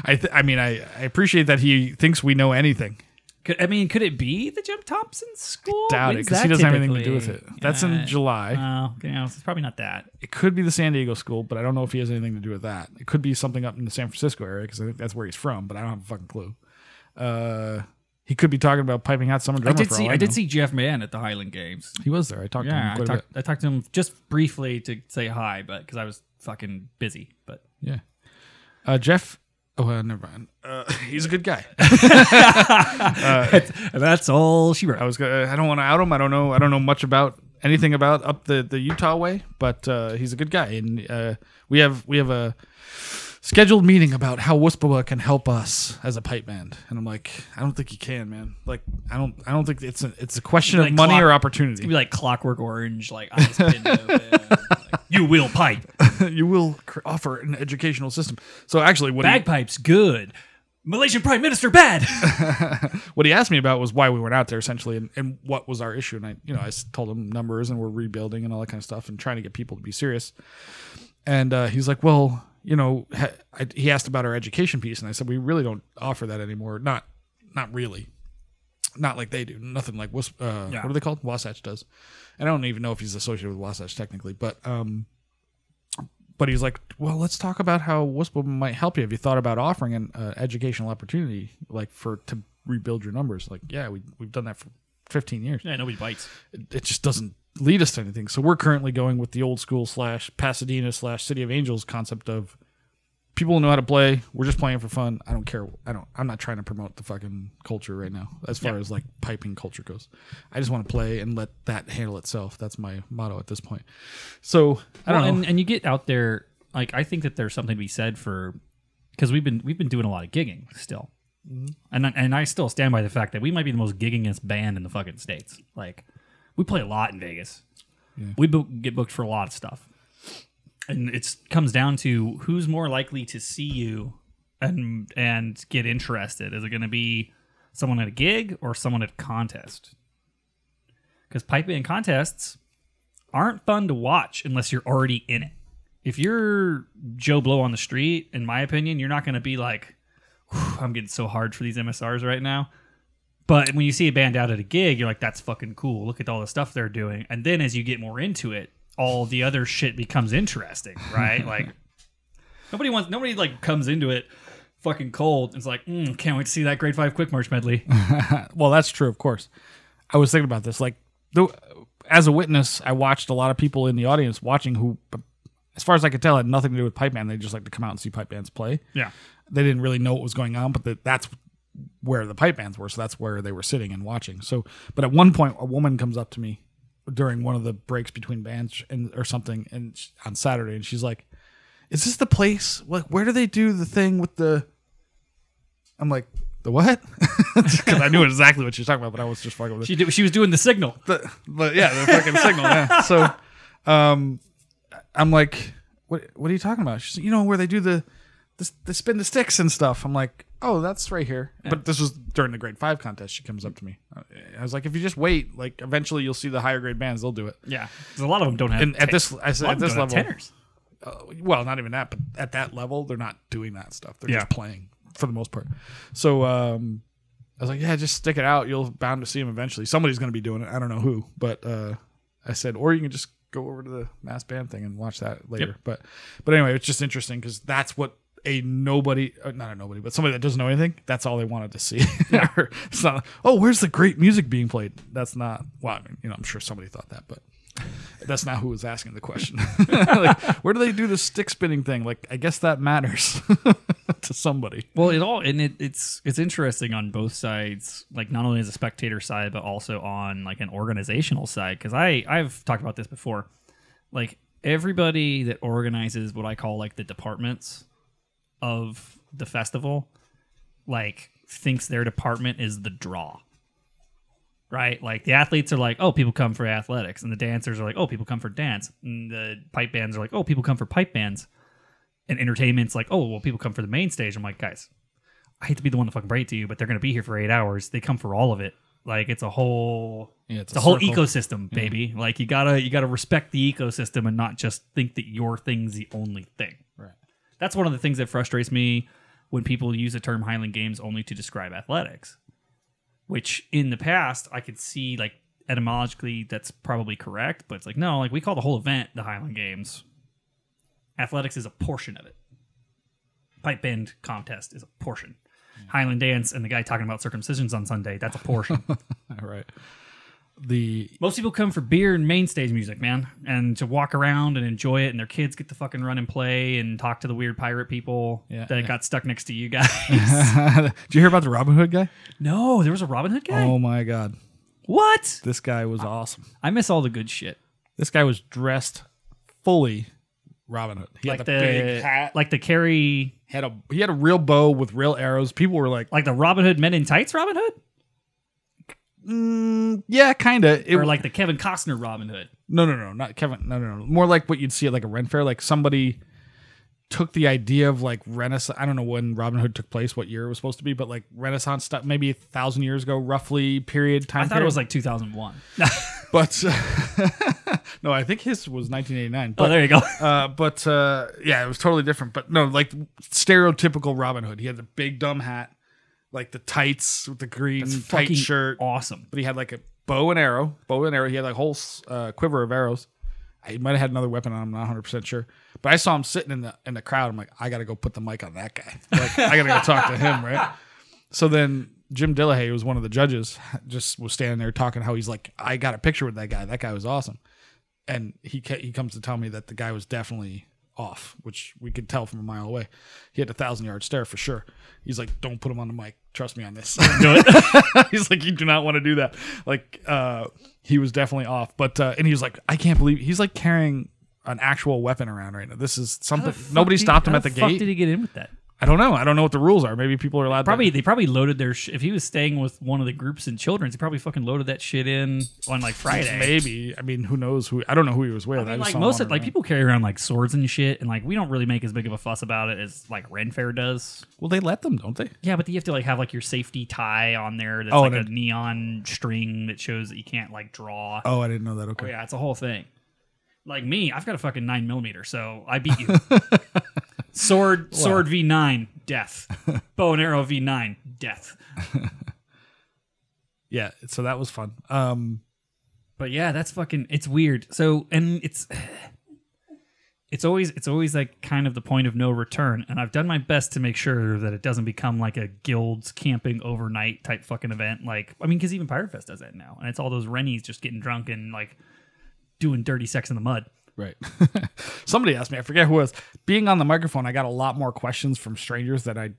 A: I th- I mean, I, I appreciate that he thinks we know anything.
B: Could, I mean, could it be the Jim Thompson School?
A: Doubt it
B: When's
A: because he
B: that
A: doesn't have anything to do with it.
B: Oh, typically?
A: That's
B: Uh,
A: in July.
B: Oh, okay, no, it's probably not that.
A: it could be the San Diego school, but I don't know if he has anything to do with that. It could be something up in the San Francisco area because I think that's where he's from, but I don't have a fucking clue. Uh, he could be talking about piping hot summer
B: I
A: drummer.
B: did
A: for
B: see.
A: all
B: I,
A: I,
B: did
A: know.
B: see Jeff Mann at the Highland Games.
A: He was there. I talked to him
B: Yeah, I
A: quite a
B: talked. I talked to him just briefly to say hi, but because I was fucking busy. But
A: bit. Yeah. Uh, Jeff. Oh, uh, never mind. Uh, [laughs] he's a good guy.
B: that's all she
A: I
B: wrote.
A: was. Gonna, I don't want to out him. I don't know. I don't know much about anything about up the, the Utah way, but uh, he's a good guy, and uh, we have we have a scheduled meeting about how Wuspawa can help us as a pipe band. And I'm like, I don't think he can, man. Like, I don't. I don't think it's a, it's a question
B: Like
A: of money
B: clock-
A: or
B: It'd
A: opportunity.
B: be like Clockwork Orange, like eyes pinned open. [laughs] like, you will pipe.
A: [laughs] you will cr- offer an educational system. So actually, what he,
B: Bagpipes good. Malaysian Prime Minister bad. [laughs]
A: what he asked me about was why we weren't out there essentially, and, and what was our issue. And I, you know, I s- told him numbers and we're rebuilding and all that kind of stuff and trying to get people to be serious. and uh, he's like, "Well, you know," ha- I, he asked about our education piece, and I said, "We really don't offer that anymore. Not, not really, not like they do. Nothing like Wis- uh,
B: Yeah.
A: what are they called? Wasatch does." And I don't even know if he's associated with Wasatch technically, but um, but he's like, "Well, let's talk about how WISPA might help you. Have you thought about offering an uh, educational opportunity, like for to rebuild your numbers? Like, yeah, we we've done that for 15 years."
B: yeah, nobody bites.
A: it- it just doesn't lead us to anything. So we're currently going with the old school slash Pasadena slash City of Angels concept of people who know how to play. We're just playing for fun. I don't care. I don't. I'm not trying to promote the fucking culture right now, as far as like piping culture goes. I just want to play and let that handle itself. That's my motto at this point. So I don't
B: Well,
A: know.
B: And, and you get out there, like I think that there's something to be said for because we've been we've been doing a lot of gigging still, and I, and I still stand by the fact that we might be the most giggingest band in the fucking states. Like we play a lot in Vegas, we book, get booked for a lot of stuff, and it comes down to who's more likely to see you and and get interested. Is it going to be someone at a gig or someone at a contest? Because pipe band contests, aren't fun to watch unless you're already in it. If you're Joe Blow on the street, in my opinion, you're not going to be like, "Whew, I'm getting so hard for these MSRs right now. But when you see a band out at a gig, you're like, that's fucking cool. Look at all the stuff they're doing. And then as you get more into it, all the other shit becomes interesting,
A: [laughs]
B: right? like, nobody wants, nobody like comes into it fucking cold and it's like, mm, can't wait to see that grade five quick march
A: [laughs]
B: medley.
A: well, that's true, of course. I was thinking about this. Like, though, as a witness, I watched a lot of people in the audience watching who, as far as I could tell, had nothing to do with pipe band. They just like to come out and see pipe bands play.
B: yeah.
A: they didn't really know what was going on, but that that's where the pipe bands were. So that's where they were sitting and watching. So, but at one point, a woman comes up to me during one of the breaks between bands and or something, and sh- on Saturday, and she's like, "Is this the place? Like, where do they do the thing with the?" I'm like, "The what?" [laughs] Because I knew exactly what she was talking about, but I was just fucking with it
B: She, did, she was doing the signal.
A: the, the yeah, the fucking signal. Yeah. [laughs] So, um, I'm like, what what are you talking about? She's, like, you know, where they do the, the the spin the sticks and stuff. I'm like, oh, that's right here. But this was during the grade five contest. She comes up to me. Uh, I was like, if you just wait, like eventually you'll see the higher grade bands. They'll do it.
B: Yeah. 'Cause A lot of them don't have
A: And at
B: ta-
A: this, I
B: a
A: said
B: lot
A: at
B: of them
A: this
B: don't have
A: level,
B: tenors.
A: uh, well, not even that, but at that level, they're not doing that stuff. They're
B: Yeah.
A: just playing for the most part. So um, I was like, yeah, just stick it out. You'll bound to see him eventually. Somebody's going to be doing it. I don't know who, but uh, I said, or you can just go over to the mass band thing and watch that later. But but anyway, it's just interesting because that's what a nobody, uh, not a nobody, but somebody that doesn't know anything. That's all they wanted to see. [laughs] it's not. Oh, where's the great music being played? That's not. Well, I mean, you know, I'm sure somebody thought that, but that's not who was asking the question. [laughs] like, where do they do the stick spinning thing? Like, I guess that matters [laughs] to somebody.
B: Well, it all and it, it's it's interesting on both sides, like not only as a spectator side, but also on like an organizational side. Because I I've talked about this before, like everybody that organizes what I call like the departments of the festival, like thinks their department is the draw. Right, like the athletes are like, oh, people come for athletics, and the dancers are like, oh, people come for dance, and the pipe bands are like, oh, people come for pipe bands and entertainment's like, oh, well, people come for the main stage. I'm like, guys, I hate to be the one to fucking break it to you, but they're going to be here for eight hours. They come for all of it. Like it's a whole,
A: Yeah,
B: it's, a, whole ecosystem, baby. Like you gotta, you gotta respect the ecosystem and not just think that your thing's the only thing.
A: Right.
B: That's one of the things that frustrates me when people use the term Highland Games only to describe athletics. which in the past I could see like etymologically that's probably correct, but it's like no, like we call the whole event the Highland Games. Athletics is a portion of it. Pipe band contest is a portion. Highland dance and the guy talking about circumcisions on Sunday, that's a [laughs] portion.
A: All right. The [laughs]
B: Most people come for beer and main stage music, man, and to walk around and enjoy it, and their kids get to fucking run and play and talk to the weird pirate people
A: Yeah,
B: that
A: yeah.
B: got stuck next to you guys. [laughs]
A: Did you hear about the Robin Hood guy?
B: no, there was a Robin Hood guy.
A: Oh my god.
B: What?
A: This guy was awesome.
B: I miss all the good shit,
A: This guy was dressed fully Robin Hood. He
B: like the,
A: had the, big hat.
B: like the Carrie,
A: had a he had a real bow with real arrows. People were like,
B: like the Robin Hood Men in Tights Robin Hood,
A: mm, yeah, kind of.
B: or like the Kevin Costner Robin Hood.
A: No, no, no, not Kevin. No, no, no. More like what you'd see at like a Ren fair. Like somebody took the idea of like Renaissance. I don't know when Robin Hood took place, what year it was supposed to be, but like Renaissance stuff, maybe a thousand years ago, roughly period time.
B: I thought it was like [laughs] 2001.
A: but [laughs] no, I think his was 1989.
B: oh,
A: But
B: there you [laughs] go.
A: uh, but uh, yeah, it was totally different. But no, like stereotypical Robin Hood. He had the big dumb hat, like the tights with the green tight
B: Fucking
A: shirt
B: awesome.
A: but he had like a bow and arrow, bow and arrow. He had like a whole uh, quiver of arrows. He might have had another weapon. I'm not 100 percent sure, but I saw him sitting in the in the crowd. I'm like, I gotta go put the mic on that guy. Like, I gotta go talk to him, right? So then Jim Dillahay, who was one of the judges, just was standing there talking how he's like, I got a picture with that guy. That guy was awesome, and he ca- he comes to tell me that the guy was definitely off, which we could tell from a mile away. He had a thousand yard stare for sure. He's like, don't put him on the mic. Trust me on this.
B: [laughs] Do it.
A: [laughs] he's like, you do not want to do that. Like, uh, he was definitely off. But uh, and he was like, I can't believe he's like carrying an actual weapon around right now. This is something nobody
B: Fuck
A: stopped
B: did-
A: him
B: how
A: at the
B: fuck
A: gate.
B: Did he get in with that?
A: I don't know. I don't know what the rules are. Maybe people are allowed.
B: Probably they probably loaded their sh- if he was staying with one of the groups in children's, he probably fucking loaded that shit in on like
A: to,
B: Friday.
A: maybe. I mean, who knows who? I don't know who he was with. I
B: I mean,
A: just
B: like
A: saw him
B: most
A: wandering
B: of like
A: around.
B: people carry around like swords and shit, and like we don't really make as big of a fuss about it as like Ren Fair does.
A: Well, they let them, don't they?
B: Yeah, but you have to like have like your safety tie on there that's
A: Oh,
B: like a
A: and
B: neon string that shows that you can't like draw.
A: Oh, I didn't know that. Okay.
B: Yeah, it's a whole thing. Like me, I've got a fucking nine millimeter, so I beat you. sword, sword V nine, death. Bow and arrow V nine, death.
A: yeah. So that was fun. Um,
B: But yeah, that's fucking. It's weird. So and it's. [sighs] It's always it's always like kind of the point of no return, and I've done my best to make sure that it doesn't become like a guilds camping overnight type fucking event. Like I mean, because even Pirate Fest does that now, and it's all those Rennies just getting drunk and like doing dirty sex in the mud.
A: Right. [laughs] Somebody asked me, I forget who it was. Being on the microphone, I got a lot more questions from strangers than I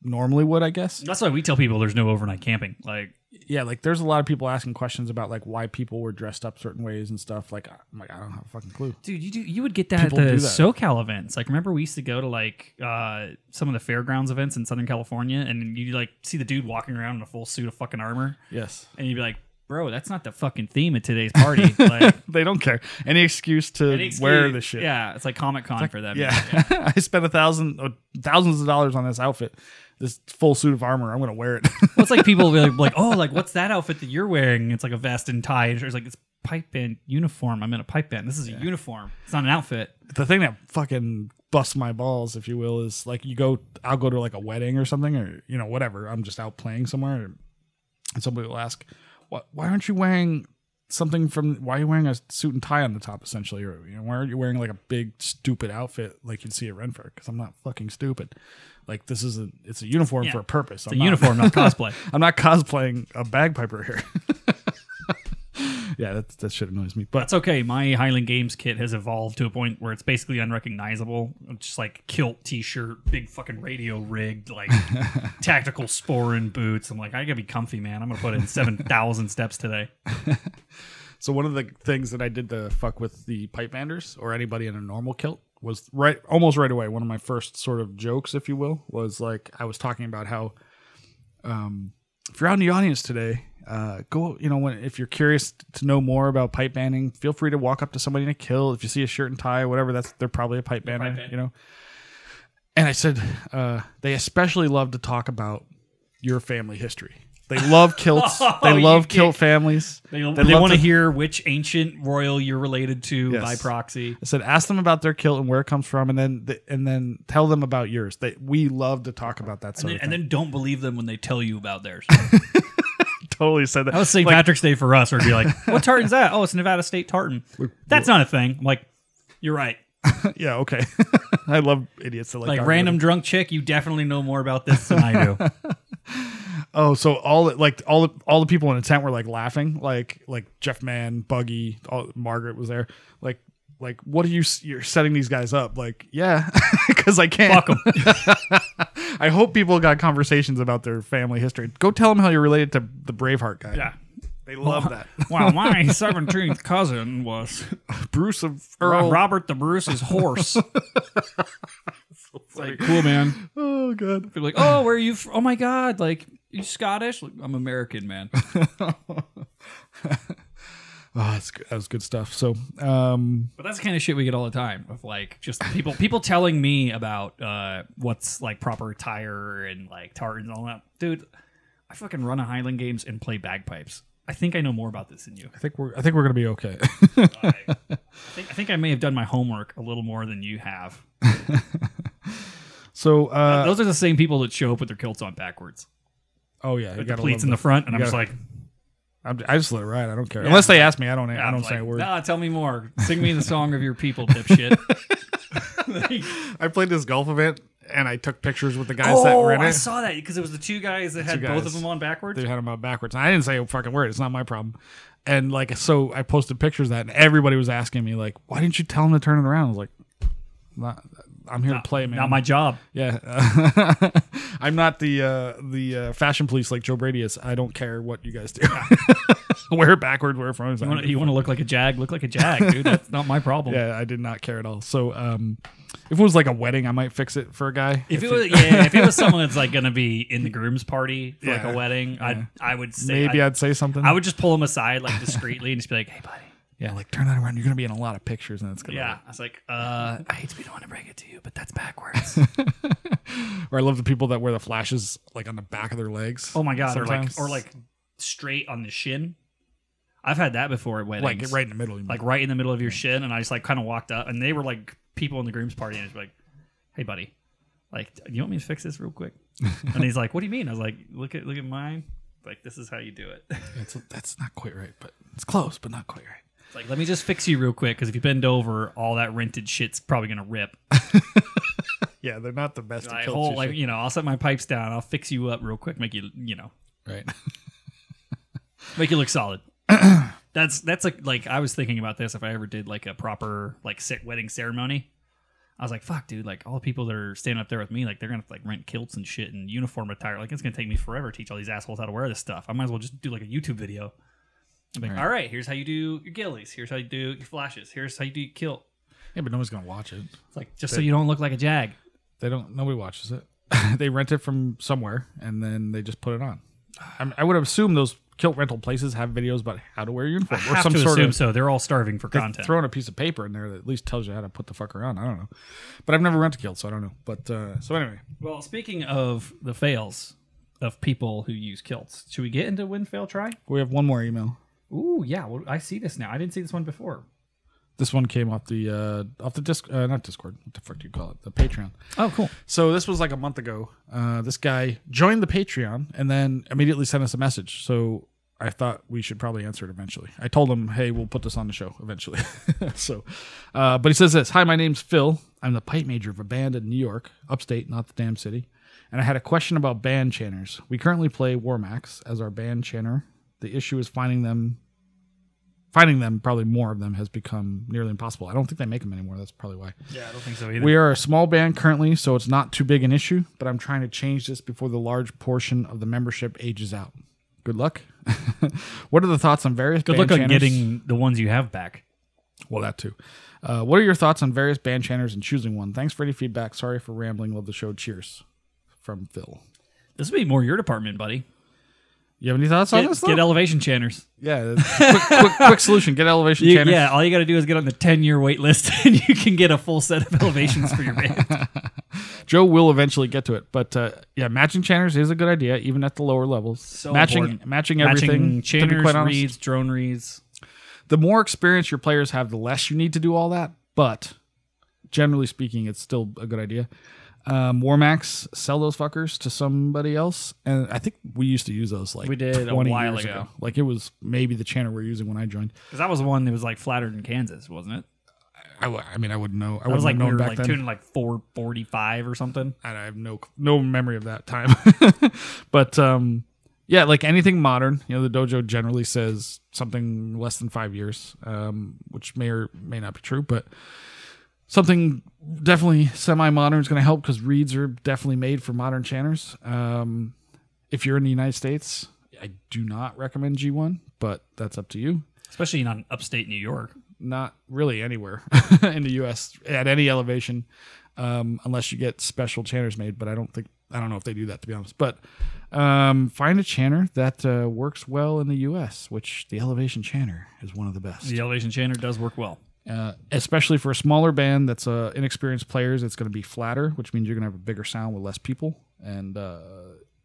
A: normally would, I guess.
B: That's why we tell people there's no overnight camping. Like
A: Yeah, like there's a lot of people asking questions about like why people were dressed up certain ways and stuff. Like I'm like, I don't have a fucking clue.
B: Dude, you do you would get that
A: People
B: at the
A: do that.
B: SoCal events. Like, remember we used to go to like uh, some of the fairgrounds events in Southern California, and you like see the dude walking around in a full suit of fucking armor,
A: Yes.
B: and you'd be like, "Bro, that's not the fucking theme of today's
A: [laughs]
B: party." like,
A: They don't care. Any excuse to
B: any
A: wear
B: excuse-
A: the shit.
B: Yeah, it's like Comic Con for them.
A: Yeah. [laughs] I spent a thousand or thousands of dollars on this outfit. This full suit of armor. I'm gonna wear it. [laughs]
B: Well, it's like people be like, like, "Oh, like what's that outfit that you're wearing?" It's like a vest and tie. And it's like it's pipe band uniform. I'm in a pipe band. This is a uniform. It's not an outfit.
A: the thing that fucking busts my balls, if you will, is like you go, I'll go to like a wedding or something, or you know, whatever. I'm just out playing somewhere, and somebody will ask, "What? Why aren't you wearing something from? Why are you wearing a suit and tie on the top, essentially? Or you know, why aren't you wearing like a big stupid outfit like you'd see at Renfair? Because I'm not fucking stupid. Like this is a, it's a uniform
B: Yeah.
A: for a purpose.
B: It's a uniform,
A: [laughs]
B: not cosplay.
A: I'm not cosplaying a bagpiper here. [laughs] yeah, that that shit annoys me. But
B: That's okay. My Highland Games kit has evolved to a point where it's basically unrecognizable. It's Just like kilt, t-shirt, big fucking radio rigged, like tactical sporin boots. I'm like, I gotta be comfy, man. I'm gonna put in seven thousand steps today.
A: So one of the things that I did to fuck with the pipe banders or anybody in a normal kilt was right almost right away. One of my first sort of jokes, if you will, was like I was talking about how um, if you're out in the audience today, uh, go you know when if you're curious to know more about pipe banding, feel free to walk up to somebody in a kilt. If you see a shirt and tie, whatever, that's they're probably a pipe bander,
B: band.
A: you know. And I said uh, they especially love to talk about your family history. They love
B: [laughs]
A: kilts.
B: Oh,
A: they
B: you
A: love
B: can't-
A: kilt families.
B: They,
A: They
B: they
A: love
B: want to
A: to-
B: hear which ancient royal you're related to
A: Yes.
B: by proxy.
A: I said, ask them about their kilt and where it comes from, and then th- and then tell them about yours. They, we love to talk about that
B: And
A: sort
B: then,
A: of
B: and
A: thing.
B: then don't believe them when they tell you about theirs.
A: totally said that.
B: That was St.
A: Like,
B: Patrick's Day for us, or be like, what tartan's that? Oh, it's Nevada State tartan. That's not a thing. I'm like, you're right.
A: yeah, okay. [laughs] I love idiots that like,
B: Like,
A: argue
B: random
A: with
B: drunk chick, you definitely know more about this than I do.
A: it. Oh, so all the- like all the, all the people in the tent were like laughing, like like Jeff Mann, Buggy, all, Margaret was there. Like like what are you s- you're setting these guys up? Like yeah, [laughs] because I can't.
B: Fuck 'em.
A: [laughs] I hope people got conversations about their family history. Go tell them how you're related to the Braveheart guy.
B: Yeah.
A: they love that.
B: Wow, my [laughs] 17th cousin was
A: [laughs] Bruce of
B: Ro-
A: Earl.
B: Robert the Bruce's horse. It's like, cool, man.
A: Oh god.
B: People are like, oh, where are you from? Oh, my God. Like, you Scottish? Like, I'm American, man.
A: Oh, that's good. that was good stuff. So, um,
B: But that's the kind of shit we get all the time of like just people people telling me about uh, what's like proper attire and like tartans and all that. Dude, I fucking run a Highland Games and play bagpipes. I think I know more about this than you.
A: I think we're I think we're gonna be okay. [laughs]
B: I, I think, I think I may have done my homework a little more than you have.
A: so,
B: [laughs]
A: uh,
B: Those are the same people that show up with their kilts on backwards,
A: oh yeah, you
B: with the
A: gotta
B: pleats
A: love
B: in the
A: them.
B: front, and I'm
A: you
B: just
A: gotta-
B: like,
A: [laughs] I'm, I just let it ride. I don't care unless they ask me. I don't. I
B: I'm
A: don't
B: like,
A: say a word.
B: Nah, tell me more. Sing
A: [laughs]
B: me the song of your people, dipshit. Like,
A: I played this golf event and I took pictures with the guys that
B: oh,
A: were in
B: I
A: it.
B: saw that because it was the two guys that had
A: Two
B: both of
A: guys.
B: them on backwards.
A: they had them out backwards. And I didn't say a fucking word. It's not my problem. And like, so I posted pictures of that, and everybody was asking me like, "Why didn't you tell them to turn it around?" I was like, not, "I'm here to play, man.
B: Not my job.
A: Yeah, [laughs] I'm not the uh, the uh, fashion police like Joe Brady is. I don't care what you guys do. [laughs] wear it backward, wear it front.
B: You want, to, you want to look like a jag? Look like a jag, dude. That's not my
A: [laughs]
B: problem.
A: yeah, I did not care at all. So um, if it was like a wedding, I might fix it for a guy.
B: If it was,
A: [laughs]
B: yeah, if it was someone that's like gonna be in the groom's party for like
A: Yeah,
B: a wedding, I I would say
A: maybe
B: I,
A: I, would say something.
B: I would just pull him aside like discreetly and just be like, "Hey, buddy."
A: Yeah, like turn that around. You're gonna be in a lot of pictures, and it's gonna.
B: Yeah, I was like,
A: [laughs]
B: uh, I hate to be the one to break it to you, but that's backwards.
A: Or I love the people that wear the flashes like on the back of their legs.
B: oh my god,
A: sometimes.
B: or like or like straight on the shin. I've had that before at weddings,
A: like right in the middle. you
B: like
A: mean.
B: right in the middle of your shin, and I just like kind of walked up, and they were like people in the groom's party, and I was like, "Hey, buddy, like, you want me to fix this
A: [laughs]
B: real quick?" and he's like, "What do you mean?" I was like, "Look at look at mine. Like, this is how you do it. [laughs] It's
A: It's- that's not quite right, but it's close, but not quite right.
B: like, let me just fix you real quick because if you bend over, all that rented shit's probably gonna
A: [laughs]
B: rip.
A: Yeah, they're not the best.
B: I
A: at
B: hold, like,
A: like,
B: you know, I'll set my pipes down. I'll fix you up real quick. Make you, you know,
A: right.
B: make you look solid." [clears throat] That's that's like like I was thinking about this if I ever did like a proper like sit wedding ceremony. I was like, fuck, dude, like all the people that are standing up there with me, like they're gonna have to like rent kilts and shit and uniform attire. Like it's gonna take me forever to teach all these assholes how to wear this stuff. I might as well just do like a YouTube video. I'm like,
A: Right.
B: all right, here's how you do your gillies, here's how you do your flashes, here's how you do your kilt.
A: [laughs] Yeah, but no one's gonna watch it.
B: It's like just so you don't look like a jag.
A: They don't. Nobody watches it. [laughs] they rent it from somewhere, and then they just put it on. I'm, I would assume those kilt rental places have videos about how to wear your uniform
B: I
A: or
B: have
A: some
B: to
A: sort
B: assume
A: of.
B: so. They're all starving for
A: They're
B: content.
A: throwing a piece of paper in there that at least tells you how to put the fucker on. I don't know, but I've never rented kilt, so I don't know. But uh, so anyway,
B: well, speaking of the fails of people who use kilts, should we get into win fail try?
A: we have one more email.
B: Ooh, yeah. Well, I see this now. I didn't see this one before.
A: This one came off the uh, off the disc, uh, not Discord. What the fuck do you call it? The Patreon.
B: Oh, cool.
A: So this was like a month ago. Uh, this guy joined the Patreon and then immediately sent us a message. So I thought we should probably answer it eventually. I told him, "Hey, we'll put this on the show eventually." [laughs] so, uh, but he says this: "Hi, my name's Phil. I'm the pipe major of a band in New York, upstate, not the damn city. And I had a question about band chanters. We currently play Warmax as our band chanter. The issue is finding them." Finding them, probably more of them, has become nearly impossible. I don't think they make them anymore. That's probably why.
B: Yeah, I don't think so either.
A: We are a small band currently, so it's not too big an issue, but I'm trying to change this before the large portion of the membership ages out. Good luck. [laughs] what are the thoughts on various
B: Good
A: band
B: luck on
A: chanters-
B: getting the ones you have back.
A: Well, that too. Uh, what are your thoughts on various band chanters and choosing one? Thanks for any feedback. Sorry for rambling. Love the show. Cheers. From Phil.
B: This would be more your department, buddy.
A: You have any thoughts on this?
B: Get,
A: though?
B: get elevation channers.
A: yeah, that's- quick, quick, quick solution. Get elevation
B: You-
A: channers.
B: [laughs] yeah, all you got to do is get on the 10 year wait list [laughs] and you can get a full set of elevations for your band.
A: Joe will eventually get to it, but uh, yeah, matching channers is a good idea, even at the lower levels.
B: So
A: matching,
B: important.
A: matching everything.
B: [laughs] Matching
A: to be
B: channers,
A: quite honest.
B: reads, drone reads.
A: the more experience your players have, the less you need to do all that. But generally speaking, it's still a good idea. Um, Warmax, sell those fuckers to somebody else, and I think we used to use those like
B: We did a
A: 20
B: while
A: years
B: ago.
A: Like it was maybe the channel we are using when I joined.
B: Because that was the one that was like flattered in Kansas, wasn't it?
A: I, w- I mean, I wouldn't know. I
B: That
A: wouldn't
B: was like
A: have
B: we
A: known
B: were
A: back
B: like
A: then.
B: tuning like 445 or something.
A: I I have no no memory of that time. [laughs] but um, yeah, like anything modern, you know, the dojo generally says something less than five years, um, which may or may not be true, but something definitely semi-modern is going to help because reeds are definitely made for modern channers. Um, if you're in the United States, I do not recommend G1, but that's up to you.
B: Especially in upstate New York.
A: Not really anywhere [laughs] in the U.S. at any elevation um, unless you get special chanters made. But I don't think I don't know if they do that to be honest. But um, find a chanter that uh, works well in the U.S., which the elevation chanter is one of the best.
B: The elevation chanter does work well.
A: Uh, especially for a smaller band that's uh, inexperienced players, it's going to be flatter, which means you're going to have a bigger sound with less people, and uh,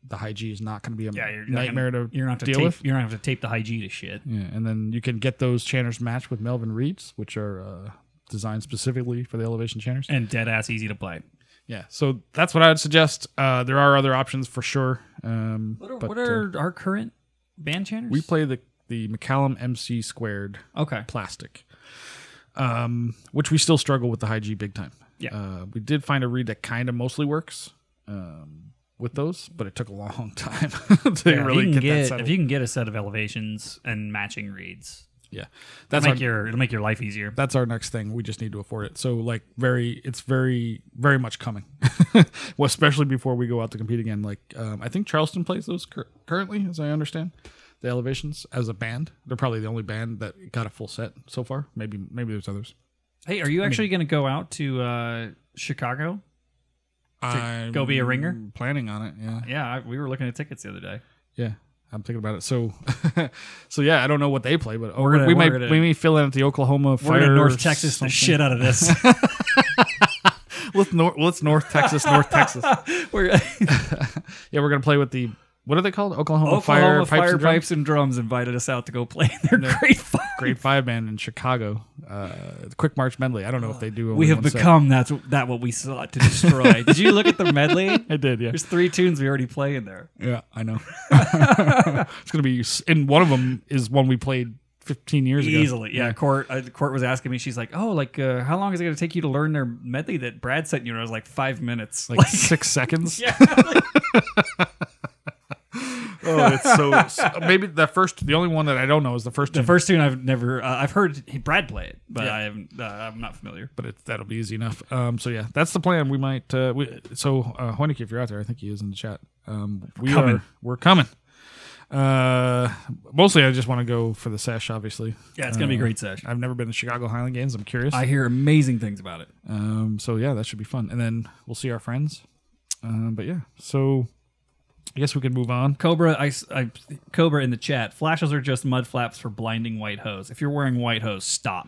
A: the high G is not going to be a
B: Yeah, you're
A: nightmare
B: not gonna,
A: to
B: you're not gonna
A: deal
B: tape,
A: with.
B: You're not gonna have to tape the high G to shit.
A: Yeah, and then you can get those chanters matched with Melvin Reeds, which are uh, designed specifically for the elevation chanters.
B: And dead ass easy to play.
A: Yeah, so that's what I would suggest. Uh, there are other options for sure. Um,
B: What are,
A: but,
B: what
A: uh,
B: are our current band chanters?
A: we play the the McCallum MC squared
B: Okay.
A: plastic, um, which we still struggle with the high G big time.
B: Yeah.
A: uh, we did find a read that kind of mostly works um, with those, but it took a long [laughs] time to
B: Yeah, if
A: really get,
B: you can
A: that
B: get,
A: settled.
B: if you can get a set of elevations and matching reads,
A: yeah, that's
B: it'll
A: our,
B: make your it'll make your life easier.
A: that's our next thing. We just need to afford it. So like very, it's very very much coming, [laughs] well, especially before we go out to compete again. Like um, I think Charleston plays those cur- currently, as I understand. The Elevations as a band, they're probably the only band that got a full set so far. Maybe maybe there's others.
B: Hey, are you actually gonna go out to uh, Chicago?
A: I'm
B: go be a ringer?
A: Planning on it. Yeah.
B: Yeah, I, we were looking at tickets the other day.
A: Yeah, I'm thinking about it. So, [laughs] so yeah, I don't know what they play, but oh,
B: gonna-
A: we
B: we're
A: might
B: gonna-
A: we may fill in at the Oklahoma
B: We're
A: Fire.
B: gonna North
A: [laughs]
B: Texas the shit out of this.
A: Let's north, let's North Texas, North Texas.
B: [laughs] we're
A: Yeah, we're gonna play with the what are they called? Oklahoma,
B: Oklahoma Fire,
A: Fire Pipes. and Drums?
B: Pipes and Drums invited us out to go play in their great fire.
A: Grade five band in Chicago. Uh, Quick March Medley. I don't know if they do.
B: We
A: only
B: have
A: one set.
B: become that's that what we sought
A: [laughs]
B: to destroy. Did you look at the medley?
A: I did. Yeah.
B: There's three tunes we already play in there.
A: Yeah, I know. [laughs] it's gonna be. And one of them is one we played 15 years ago.
B: Easily, yeah. Court, uh, court was asking me. She's like, "Oh, like, uh, how long is it going to take you to learn their medley that Brad sent you?" And I was like, five minutes." [laughs]
A: Like, six seconds. [laughs]
B: yeah,
A: Oh, it's so, so- Maybe the first, the only one that I don't know is the first.
B: the
A: two.
B: first tune I've never, uh, I've heard he- Brad play it, but
A: Yeah.
B: I haven't, uh, I'm not familiar.
A: but it, that'll be easy enough. Um, so yeah, that's the plan. We might. Uh, we, so uh, Hoinicke, if you're out there, I think he is in the chat. Um, we
B: Coming.
A: are. We're coming. Uh, mostly, I just want to go for the sesh. Obviously,
B: Yeah, it's going to be a great session.
A: I've never been to Chicago Highland games. I'm curious.
B: Uh, I hear amazing things about it.
A: um, so yeah, that should be fun. And then we'll see our friends. Um, but yeah, so I guess we can move on.
B: Cobra, I, s- I- Cobra in the chat. Flashes are just mud flaps for blinding white hose. If you're wearing white hose, [laughs] stop.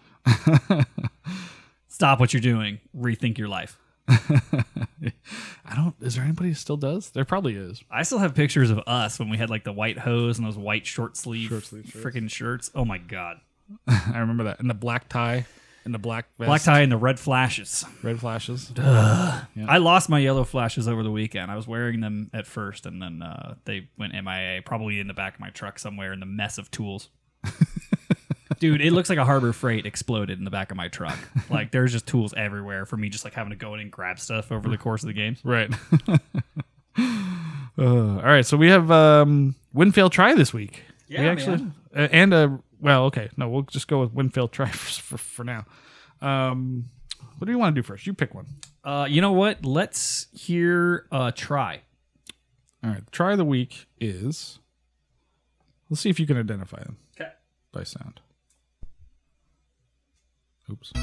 B: stop what you're doing. Rethink your life.
A: I don't. Is there anybody who still does? There probably is. [laughs]
B: I still have pictures of us when we had like the white hose and those white short sleeve
A: sleeve shirts.
B: freaking shirts. Oh my god.
A: I remember that. And the black tie, and the black vest,
B: Black tie and the red flashes.
A: red flashes.
B: I lost my yellow flashes over the weekend. I was wearing them at first and then uh, they went MIA, probably in the back of my truck somewhere in the mess of tools. Dude, it looks like a Harbor Freight exploded in the back of my truck. [laughs] Like there's just tools everywhere for me just like having to go in and grab stuff over the course of the games.
A: Right. [laughs] uh, all right. So we have um, Winfield try this week.
B: Yeah,
A: we uh, and uh, well, okay. No, we'll just go with Winfield try [laughs] for, for, for now. Um, what do you want to do first? You pick one.
B: Uh, you know what? Let's hear uh try.
A: All right. Try of the week is. Let's see if you can identify them
B: Okay.
A: by sound. Oops.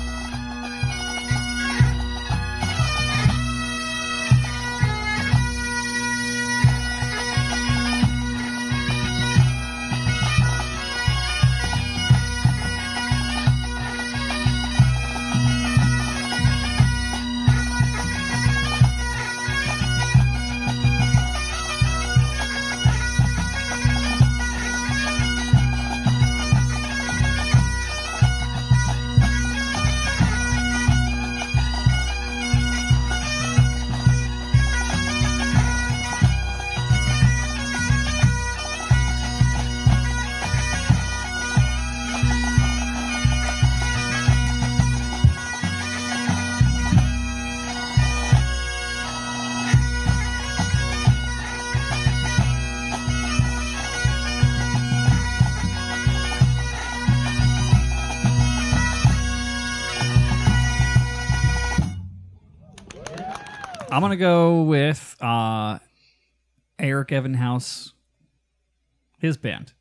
B: I'm gonna go with uh, Eric Evan House, his band.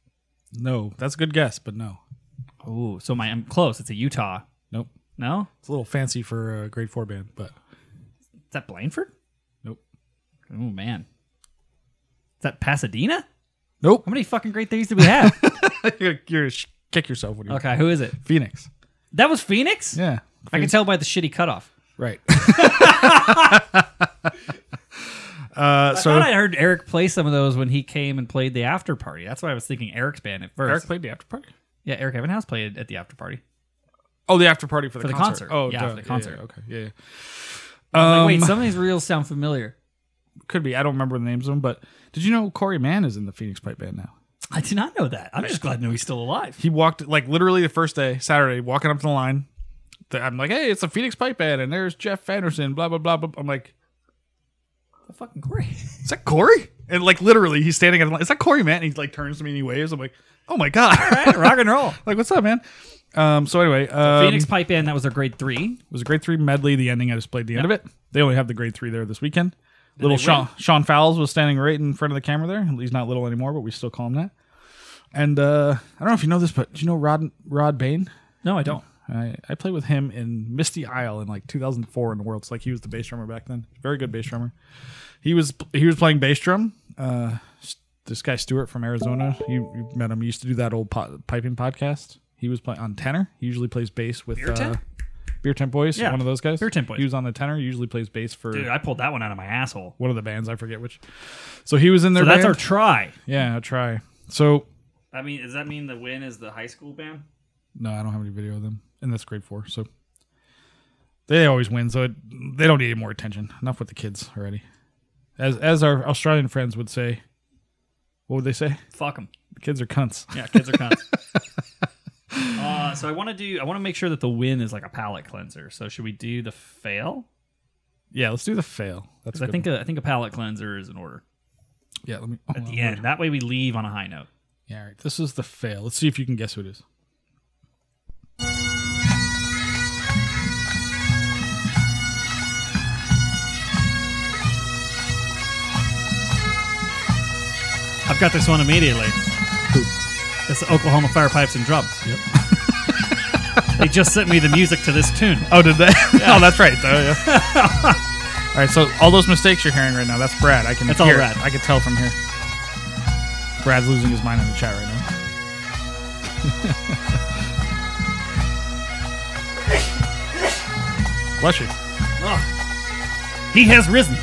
A: No, that's a good guess, but no.
B: Oh, so my I'm close. It's a Utah.
A: Nope.
B: No,
A: It's a little fancy for a grade four band, but
B: is that Blanford?
A: nope.
B: Oh man, is that Pasadena?
A: Nope. [laughs]
B: How many fucking great things did we have? [laughs]
A: You're gonna sh- kick yourself when you
B: okay, who is it?
A: Phoenix.
B: That was Phoenix.
A: Yeah.
B: I can tell by the shitty cutoff.
A: [laughs] Right. uh,
B: I
A: so
B: thought I heard Eric play some of those when he came and played the after party. That's why I was thinking Eric's band at first.
A: Eric played the after party.
B: yeah, Eric Evan House played at the after party.
A: Oh, the after party for the,
B: the
A: concert.
B: concert.
A: Oh,
B: Yeah,
A: duh.
B: for the concert.
A: Yeah, okay. Yeah. yeah.
B: Like,
A: Um,
B: wait, some of these reels sound familiar.
A: could be. I don't remember the names of them, but did you know Corey Mann is in the Phoenix Pipe Band now?
B: [laughs] I did not know that. I'm just glad to know he's still alive.
A: He walked like literally the first day, Saturday, walking up to the line. The- I'm like, hey, it's a Phoenix Pipe Band, and there's Jeff Anderson, blah blah blah. blah. I'm like,
B: [laughs] Fucking Corey.
A: is that Corey? And like literally, he's standing at the line. Is that Corey Mann? And he like turns to me and he waves. I'm like, oh my god,
B: rock and roll.
A: [laughs] like what's up, man? Um, so anyway, um,
B: Phoenix Pipe Band, that was their grade three.
A: It was a grade three medley. The ending I just played the end of it. They only have the grade three there this weekend. little
B: they
A: Sean, Sean Fowles was standing right in front of the camera there. He's not little anymore, but we still call him that. And uh, I don't know if you know this, but do you know Rod Rod Bain?
B: No, I don't.
A: I, I played with him in Misty Isle in like 2004 in the Worlds. Like he was the bass drummer back then. Very good bass drummer. He was he was playing bass drum. Uh, s- this guy Stewart from Arizona. You, you met him. He used to do that old po- piping podcast. He was playing on tenor. He usually plays bass with
B: Beer Tent?
A: Uh, Beer Tent Boys.
B: Yeah,
A: one of those guys.
B: Beer Tent Boys.
A: He was on the tenor. He usually plays bass for
B: Dude, I pulled that one out of my asshole.
A: one of the bands. I forget which. So he was in there.
B: So that's our try.
A: yeah. I'll try. So
B: I mean, does that mean the win is the high school band?
A: No, I don't have any video of them, and that's grade four. So they always win. So it, they don't need any more attention. Enough with the kids already. As as our Australian friends would say, what would they say?
B: Fuck them.
A: The kids are cunts.
B: Yeah, kids
A: [laughs]
B: are cunts. uh, so I want to do. I want to make sure that the win is like a palate cleanser. So should we do the fail?
A: Yeah, let's do the fail. That's
B: Because I
A: good.
B: think a, I think a palate cleanser is in order
A: yeah. Let me
B: at the end. That way we leave on a high note.
A: Yeah, all right. This is the fail. Let's see if you can guess who it is.
B: I've got this one immediately. It's the Oklahoma Fire Pipes and Drums.
A: [laughs] Yep.
B: they just sent me the music to this tune.
A: Oh, did they?
B: [laughs]
A: oh, that's right. Oh, yeah. all right. So all those mistakes you're hearing right now, that's Brad. I can.
B: That's all
A: hear it.
B: Brad.
A: I can tell from here. Brad's losing his mind in the chat right [laughs] now. Bless you.
B: He has risen.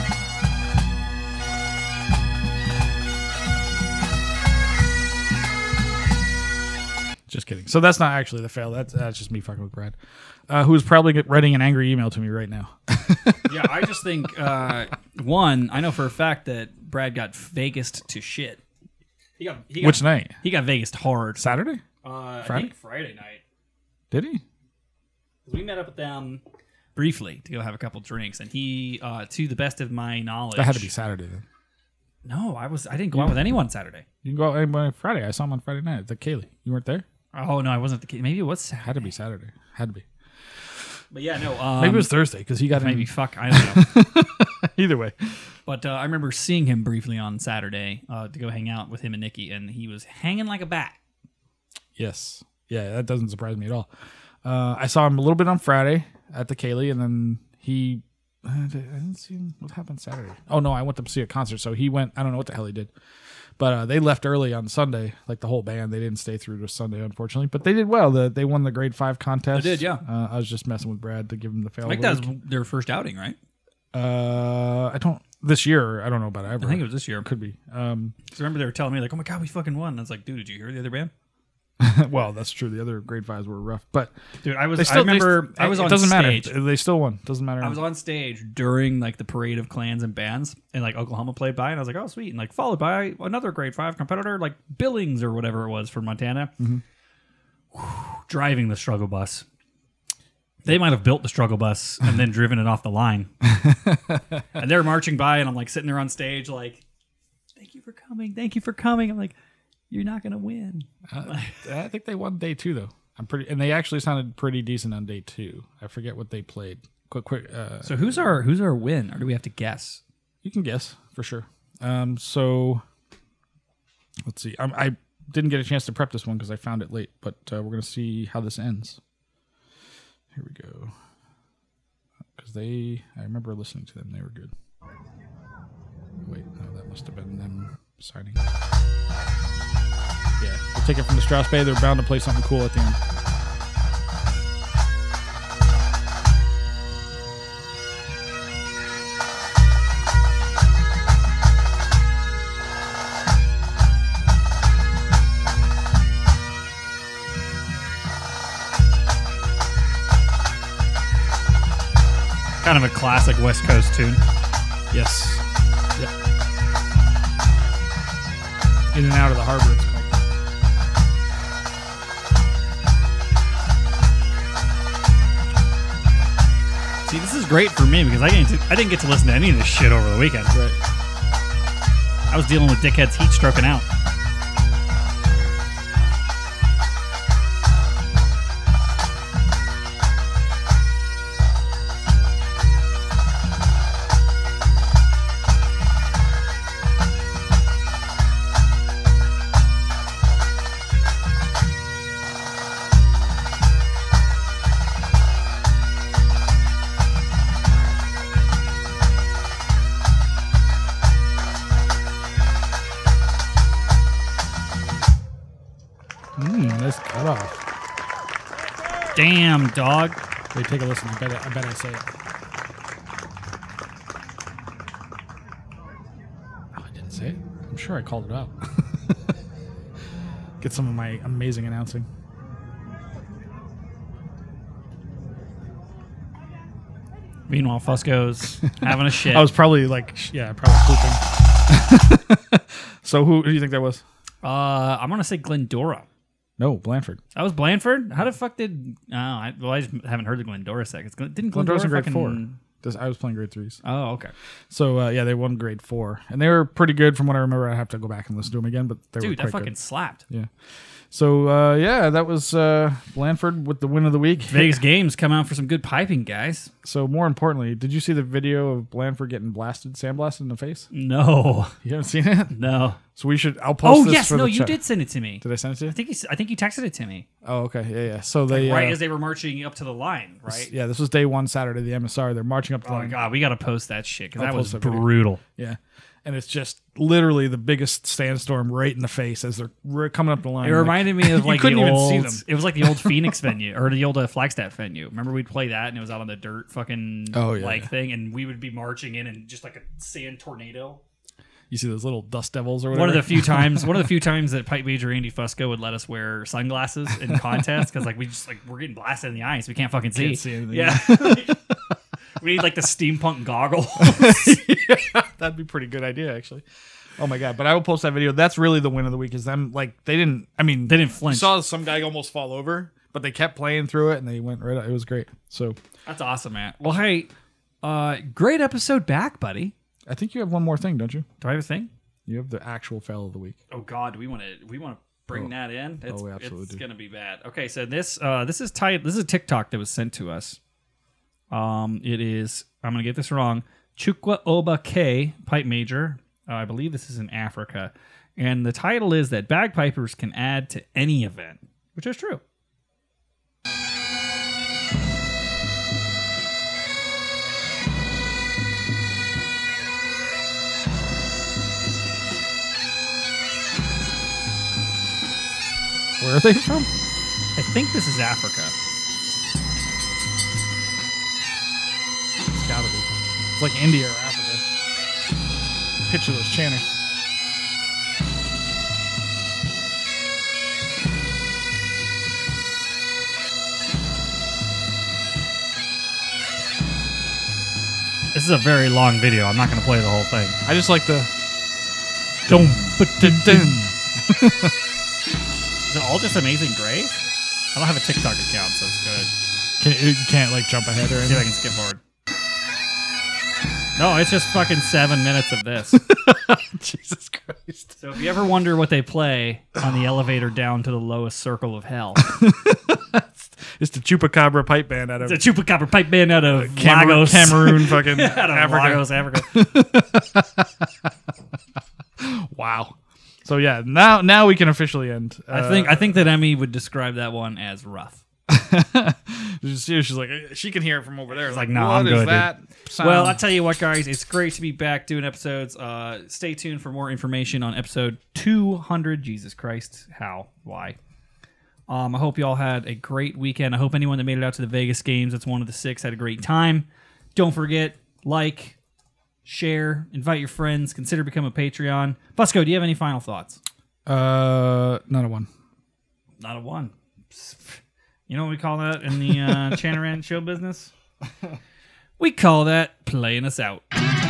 A: Just kidding. So that's not actually the fail. That's that's just me fucking with Brad, uh, who is probably get- writing an angry email to me right now.
B: Yeah, I just think uh, one. I know for a fact that Brad got Vegas to shit. He got, he got
A: Which night?
B: He got Vegas hard.
A: Saturday?
B: Uh, I
A: Friday?
B: think Friday night.
A: Did he?
B: 'Cause We met up with them briefly to go have a couple drinks, and he, uh, to the best of my knowledge,
A: That had to be Saturday then.
B: No, I was. I didn't go out with anyone Saturday.
A: You can go out anyway Friday. I saw him on Friday night at the Kaylee. You weren't there?
B: Oh no, I wasn't. The, maybe it was Saturday.
A: Had to be Saturday. Had to be.
B: But yeah, no. Um,
A: Maybe it was Thursday because he got
B: maybe. Fuck, I don't know.
A: [laughs]
B: [laughs]
A: Either way.
B: but uh, I remember seeing him briefly on Saturday uh, to go hang out with him and Nikki, and he was hanging like a bat.
A: Yes. Yeah, that doesn't surprise me at all. Uh, I saw him a little bit on Friday at the Kaylee, and then he. uh, I didn't see him. What happened Saturday? Oh no, I went to see a concert, so he went. I don't know what the hell he did, but uh, they left early on Sunday. Like the whole band, they didn't stay through to Sunday, unfortunately. But they did well. The, they won the grade five contest.
B: They did, yeah.
A: Uh, I was just messing with Brad to give him the fail.
B: I think
A: of the
B: that was
A: week.
B: their first outing, right?
A: Uh, I don't this year. I don't know about ever.
B: I think it was this year.
A: could be. Um, [laughs]
B: 'Cause I remember they were telling me like, "Oh my god, we fucking won!" And I was like, "Dude, did you hear the other band?"
A: well, that's true. The other grade fives were rough, but
B: Dude, I was.
A: they still.
B: I remember
A: they-
B: I was
A: it
B: on
A: doesn't
B: stage.
A: matter. They still won. Doesn't matter.
B: I was on stage during like the parade of clans and bands, and like Oklahoma played by, and I was like, "Oh, sweet!" And like followed by another grade five competitor, like Billings or whatever it was from Montana, Whew, driving the struggle bus. They might have built the struggle bus and then driven it off the line. and they're marching by, and I'm like sitting there on stage, like, "Thank you for coming, thank you for coming." I'm like, "You're not gonna win."
A: Uh, I think they won day two though. I'm pretty, and they actually sounded pretty decent on day two. I forget what they played. quick, quick. Uh,
C: So who's our who's our win, or do we have to guess?
A: you can guess for sure. Um, so let's see. I, I didn't get a chance to prep this one because I found it late, but uh, we're gonna see how this ends. Here we go. Because they, I remember listening to them. They were good. Wait, no, that must have been them signing. Yeah, we'll take it from the Strauss Bay. They're bound to play something cool at the end.
B: Kind of a classic West Coast tune.
A: Yes. Yep. In and out of the harbor. It's called.
B: See, this is great for me because I didn't, I didn't get to listen to any of this shit over the weekend.
A: Right.
B: I was dealing with dickheads heat stroking out.
A: Mm, nice cut off.
B: Damn, dog.
A: Wait, take a listen. I bet I, I bet I say it. Oh, I didn't say it. I'm sure I called it out. [laughs] Get some of my amazing announcing. [laughs]
B: Meanwhile, Fusco's having a shit.
A: I was probably like, sh- yeah, probably pooping. so who, who do you think that was?
B: uh, I'm gonna say Glendora.
A: No, Blanford.
B: That was Blanford. How the fuck did? Oh, I, well, I just haven't heard the Glendora sec. It's, Glen- didn't Glendora
A: Glendora's in grade
B: fucking,
A: four. Does- I was playing grade threes.
B: Oh, okay.
A: So uh, yeah, they won grade four, and they were pretty good from what I remember. I have to go back and listen to them again, but they were
B: Dude,
A: quite
B: that fucking
A: good.
B: slapped.
A: Yeah. So uh, yeah, that was uh, Blanford with the win of the week.
B: Vegas games come out for some good piping, guys.
A: So more importantly, did you see the video of Blanford getting blasted, sandblasted in the face?
B: No,
A: You haven't seen it? [laughs]
B: no.
A: So we should. I'll post.
B: Oh
A: this
B: yes,
A: for
B: no,
A: the
B: you
A: chat.
B: did send it to me.
A: Did I send it to you?
B: I think you, s- I think you texted it to me
A: oh, okay. Yeah, yeah. So they.
B: right
A: uh,
B: as they were marching up to the line. Right.
A: yeah, this was day one Saturday. The MSR. They're marching up the
B: Oh my
A: line.
B: god, we gotta post that shit because
A: I'll
B: that was
A: post that video.
B: brutal.
A: Yeah. And it's just literally the biggest sandstorm right in the face as they're re- coming up the line.
B: It
A: [laughs]
B: reminded me of
A: you
B: like
A: couldn't
B: the
A: even
B: old,
A: see them.
B: [laughs] It was like the old
A: [laughs]
B: Phoenix venue or the old uh, Flagstaff venue. Remember we'd play that and it was out on the dirt fucking
A: Oh, yeah,
B: like
A: yeah.
B: thing, and we would be marching in and just like a sand tornado.
A: you see those little dust devils or whatever.
B: One of the
A: [laughs]
B: few times, one of the few times that Pipe Major Andy Fusco would let us wear sunglasses
A: [laughs]
B: in contests because like we just like we're getting blasted in the eyes, we can't fucking see.
A: Can't see anything. [laughs]
B: Yeah. [laughs] We need like the steampunk goggle.
A: That'd be a pretty good idea, actually. Oh my god! But I will post that video. That's really the win of the week. Is them like they didn't. I mean,
B: they didn't
A: you
B: flinch.
A: saw some guy almost fall over, but they kept playing through it and they went right. Out. It was great. So
B: That's awesome, man. Well, hey, uh, great episode back, buddy.
A: I think you have one more thing, don't you?
B: Do I have a thing?
A: You have the actual fail of the week.
B: Oh God, do we want to we want to bring that in. It's,
A: we absolutely
B: it's
A: do.
B: gonna be bad. Okay, so this uh, this is tight. This is a TikTok that was sent to us. Um, it is. I'm gonna get this wrong. Chukwa Oba K pipe major. Uh, I believe this is in Africa, and the title is that bagpipers can add to any event, which is true.
A: Where are they from?
B: I think this is Africa.
A: It's gotta be. It's like India or Africa. Picture those chanters.
B: This is a very long video. I'm not gonna play the whole thing.
A: I just like the.
B: Don't.
A: dun-dun.
B: Is it all just Amazing Grace? I don't have a TikTok account, so it's good.
A: Can, you can't like jump ahead or
B: [laughs] See if I
A: anything.
B: can skip forward. No, it's just fucking seven minutes of
D: [laughs]
B: this.
A: Jesus Christ.
B: so if you ever
D: [laughs]
B: wonder what they play on the elevator down to the lowest circle of hell,
D: It's the Chupacabra pipe band out of
B: The Chupacabra pipe band out of
D: Cameroon,
B: Lagos. [laughs]
D: Cameroon fucking
B: out of
D: Africa. Uh,
B: Lagos,
D: [laughs]
B: Africa.
D: Wow. So yeah, now now we can officially end.
B: I
A: Uh,
B: think I think that Emmy would describe that one as rough.
D: she's, she's like she can hear it from over there. It's
B: like, "Nah, I'm good, dude."
D: that? Sound?
B: Well, I tell you what, guys, it's great to be back doing episodes. Uh, stay tuned for more information on episode 200. Jesus Christ, how, why? Um, I hope you all had a great weekend. I hope anyone that made it out to the Vegas games, that's one of the six, had a great time. Don't forget, like, share, invite your friends, consider becoming a Patreon. Busco, do you have any final thoughts?
A: Uh, not a one.
B: Not a one. You know what we call that [laughs] in the uh, Chanaran show business? We call that playing us out.